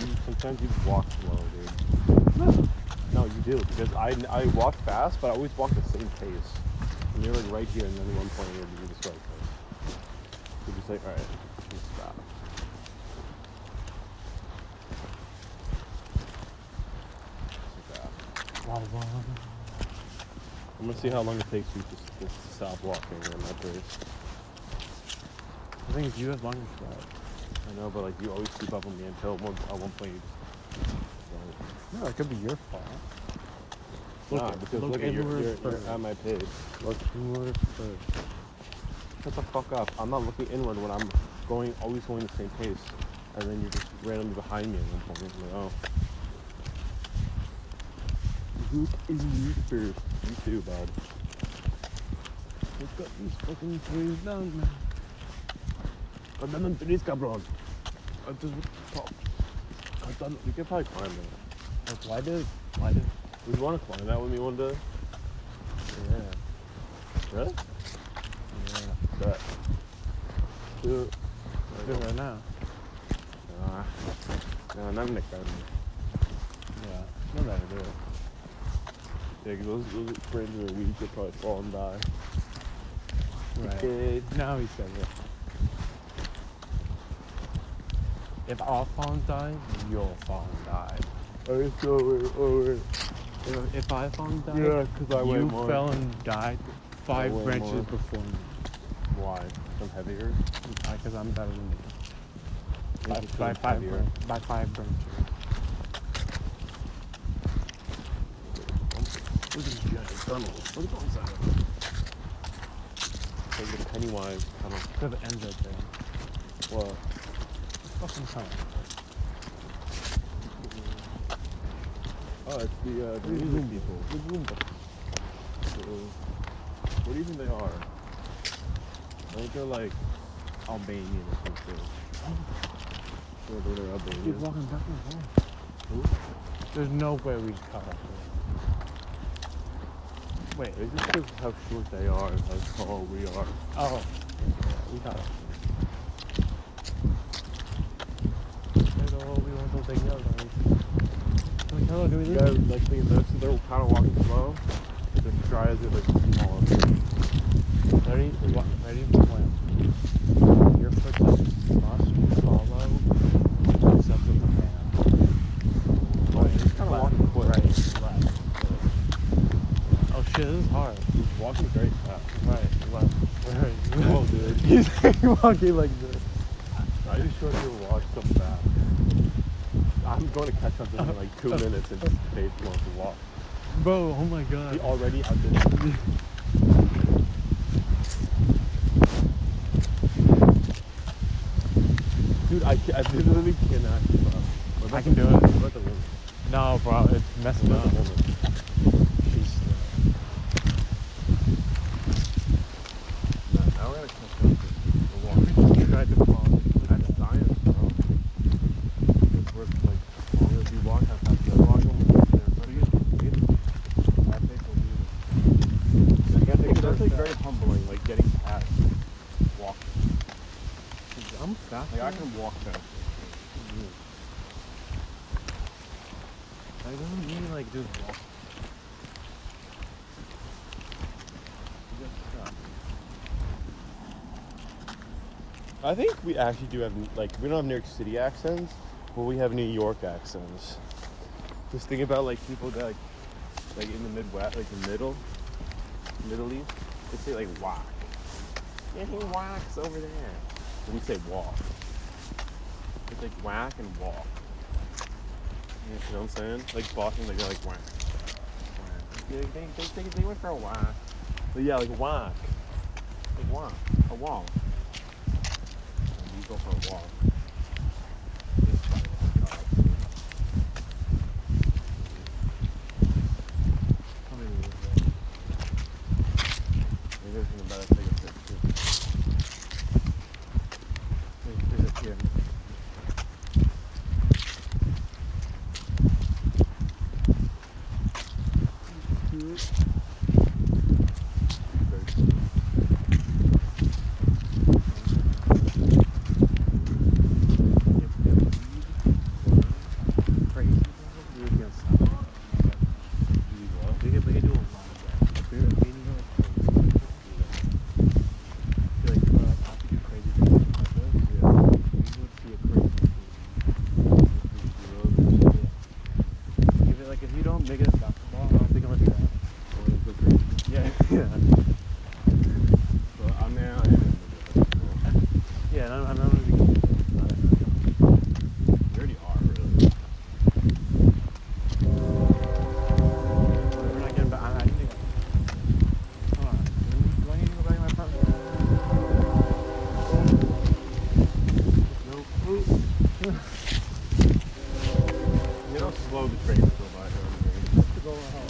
[SPEAKER 1] You- Sometimes you walk slow, dude. No, you do because I, I walk fast, but I always walk the same pace. And you're like right here, and then at one point you're, you're just like, like, you're just like, all right, just stop. Just like that. I'm gonna see how long it takes you to, to stop walking on that pace.
[SPEAKER 2] I think it's you have longer for that.
[SPEAKER 1] I know, but like you always keep up with me until one, at one point you just.
[SPEAKER 2] No, it could be your fault.
[SPEAKER 1] Look, nah, because look, at your,
[SPEAKER 2] inward
[SPEAKER 1] your, your
[SPEAKER 2] first.
[SPEAKER 1] at my page.
[SPEAKER 2] um, Look inward first.
[SPEAKER 1] Shut the fuck up. I'm not looking inward when I'm going, always going the same pace. And then you're just randomly behind me at one point. I'm like, oh. Look inward first. You too, bud.
[SPEAKER 2] Look up these fucking trees down, man.
[SPEAKER 1] Cut down on trees, cabron.
[SPEAKER 2] I just pop.
[SPEAKER 1] Cut down. We could probably climb that.
[SPEAKER 2] Like, why did? Why did?
[SPEAKER 1] Would you want to climb that with me one day?
[SPEAKER 2] Yeah.
[SPEAKER 1] Really?
[SPEAKER 2] Yeah.
[SPEAKER 1] But. Dude.
[SPEAKER 2] Do it right now.
[SPEAKER 1] Nah. Nah, not in the cabin.
[SPEAKER 2] Yeah. No matter do it.
[SPEAKER 1] Yeah, 'cause those, those friends are weak. They'll probably fall and die.
[SPEAKER 2] Right.
[SPEAKER 1] Kid.
[SPEAKER 2] Now he says it. If our phone dies, your phone dies.
[SPEAKER 1] I fell over.
[SPEAKER 2] If, if I phone dies,
[SPEAKER 1] Yeah, 'cause I weigh
[SPEAKER 2] you
[SPEAKER 1] more.
[SPEAKER 2] fell and died five
[SPEAKER 1] weigh
[SPEAKER 2] branches
[SPEAKER 1] more.
[SPEAKER 2] before me.
[SPEAKER 1] Why? I'm heavier.
[SPEAKER 2] Because I'm better than you. By,
[SPEAKER 1] Because
[SPEAKER 2] by,
[SPEAKER 1] I'm
[SPEAKER 2] five,
[SPEAKER 1] heavier.
[SPEAKER 2] bran- by five branches.
[SPEAKER 1] Look at this giant tunnel. Look at those Like the Pennywise tunnel.
[SPEAKER 2] Because it ends right there.
[SPEAKER 1] Well,
[SPEAKER 2] Fucking time.
[SPEAKER 1] oh, it's the, uh, the music people. The Goomba. So, what do you think they are? I think they're like Albanian or something. Or they're
[SPEAKER 2] Keep
[SPEAKER 1] Albanian.
[SPEAKER 2] walking back and forth.
[SPEAKER 1] Who?
[SPEAKER 2] There's no way we cut up here. Wait.
[SPEAKER 1] It's just 'cause how short they are and how tall we are.
[SPEAKER 2] Oh. We got it. Hello, we want to take you out, guys. Like, hello, do we
[SPEAKER 1] Yeah, like thing is, they're- they're kind of walking slow. They're dry as they're like small.
[SPEAKER 2] Ready? What? Ready? When? Your footsteps must follow the footsteps of the man. Oh,
[SPEAKER 1] Like, he's kind of
[SPEAKER 2] Left,
[SPEAKER 1] walking quick.
[SPEAKER 2] right, left, right. Oh shit, this is hard.
[SPEAKER 1] He's walking very fast.
[SPEAKER 2] Right, left, right.
[SPEAKER 1] Whoa, dude.
[SPEAKER 2] He's (laughs) walking like this.
[SPEAKER 1] I just showed you watch so fast. I'm going to catch something in like
[SPEAKER 2] (laughs)
[SPEAKER 1] two minutes and just face wants to walk.
[SPEAKER 2] Bro, oh my god. (laughs)
[SPEAKER 1] He already outdid me. Dude, I, ca- I literally cannot keep up. What about
[SPEAKER 2] I can
[SPEAKER 1] the-
[SPEAKER 2] do it.
[SPEAKER 1] What about the woman?
[SPEAKER 2] No, bro, it's messing
[SPEAKER 1] What
[SPEAKER 2] up.
[SPEAKER 1] about the woman?
[SPEAKER 2] She's
[SPEAKER 1] No, now we're gonna catch up. it's very humbling, like getting past walk.
[SPEAKER 8] I'm fat.
[SPEAKER 1] Like I can walk fast.
[SPEAKER 2] I don't mean like dude walk.
[SPEAKER 9] I think we actually do have like we don't have New York City accents, but we have New York accents.
[SPEAKER 1] Just think about like people that like, like in the Midwest, like the middle, Middle East, they say like walk. Yeah, he walks over there. And we say walk. It's like whack and walk. You know what I'm saying? Like Boston, like they're like whack. whack. Yeah, They, they, they, they went for a whack. But yeah, like whack. Like whack. A walk. And we go for a walk. They try to walk out.
[SPEAKER 2] How many years ago?
[SPEAKER 1] Maybe I can better take a picture.
[SPEAKER 2] Wait, There's a here. Crazy. You're against that. They can, they can do a lot of that. If they're leaning on crazy. I feel like, uh, I could do crazy things like this. We would see a crazy thing. If it- like, if you don't make it a basketball, I don't think I'm gonna try. Yeah, yeah,
[SPEAKER 1] But I'm now in it.
[SPEAKER 2] yeah. And I'm, I'm not gonna be good at it.
[SPEAKER 1] You already are, really.
[SPEAKER 2] We're not getting back. I I think. Hold on. Do I need to go back to my apartment? Nope. (laughs) Ooh.
[SPEAKER 1] You know, slow the train to go by here.
[SPEAKER 2] To go home.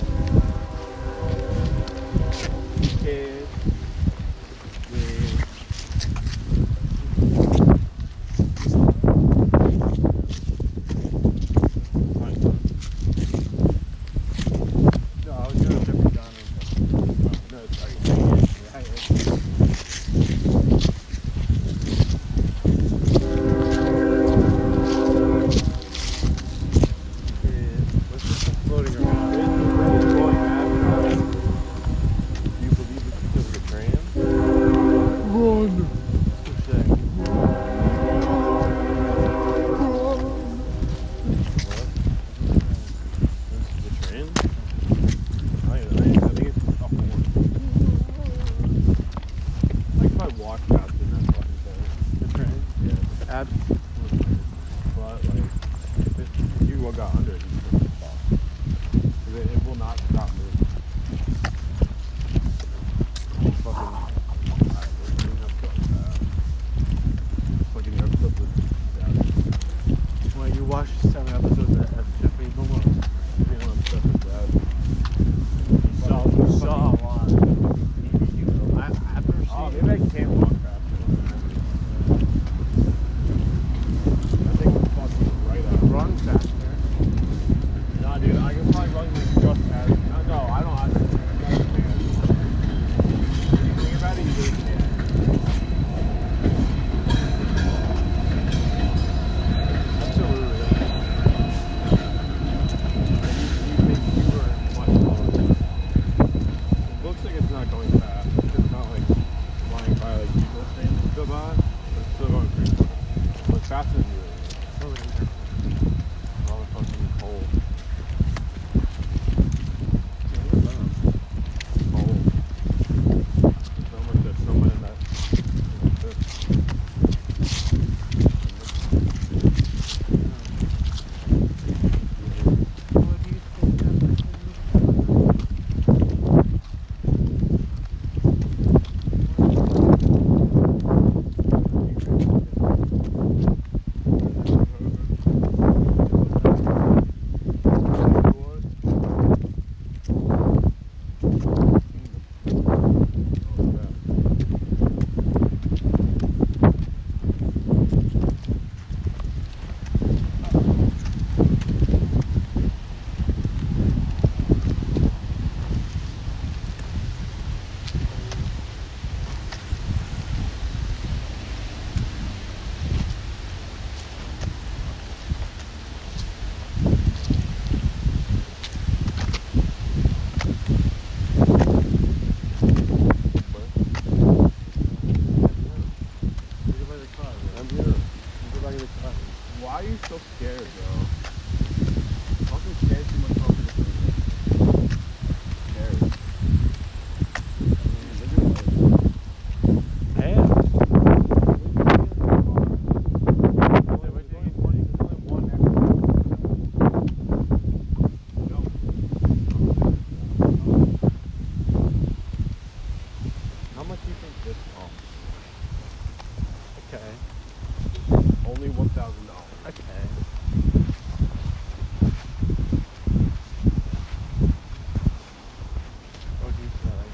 [SPEAKER 1] Kids.
[SPEAKER 2] No, I was doing a different genre. uh, No, it's like, What's this thing floating around?
[SPEAKER 1] Do you believe it's because of the train?
[SPEAKER 2] What's this thing?
[SPEAKER 1] The train? I don't know. I think it's a horn. Like if I walk past it, that's fucking
[SPEAKER 2] The train?
[SPEAKER 1] Yeah. Absolutely. But like, if, it, if you got under it, you can stop. 'Cause It, it will not stop moving. It's Fucking, alright, we're bringing up the, uh, fucking airclip with that.
[SPEAKER 2] Well, you watched seven episodes of, of Tiffany
[SPEAKER 1] You
[SPEAKER 2] Bloom.
[SPEAKER 1] know, I'm stuck with that.
[SPEAKER 2] Saw, you saw a lot. I, I've never seen
[SPEAKER 1] Oh, maybe I can't walk faster.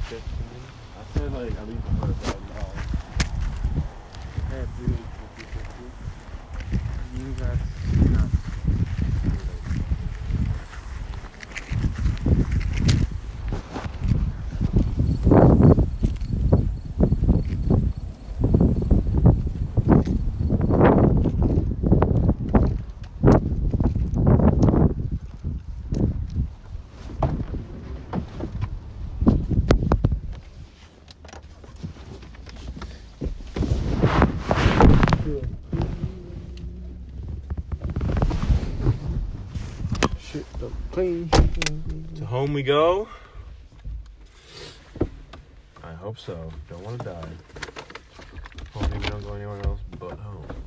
[SPEAKER 10] fifteen.
[SPEAKER 2] I said like at least hundred thousand dollars.
[SPEAKER 10] Hey, if we fifty fifty. You that's not
[SPEAKER 2] Shit, the clean.
[SPEAKER 1] To home we go. I hope so. Don't want to die. Hopefully we don't go anywhere else but home.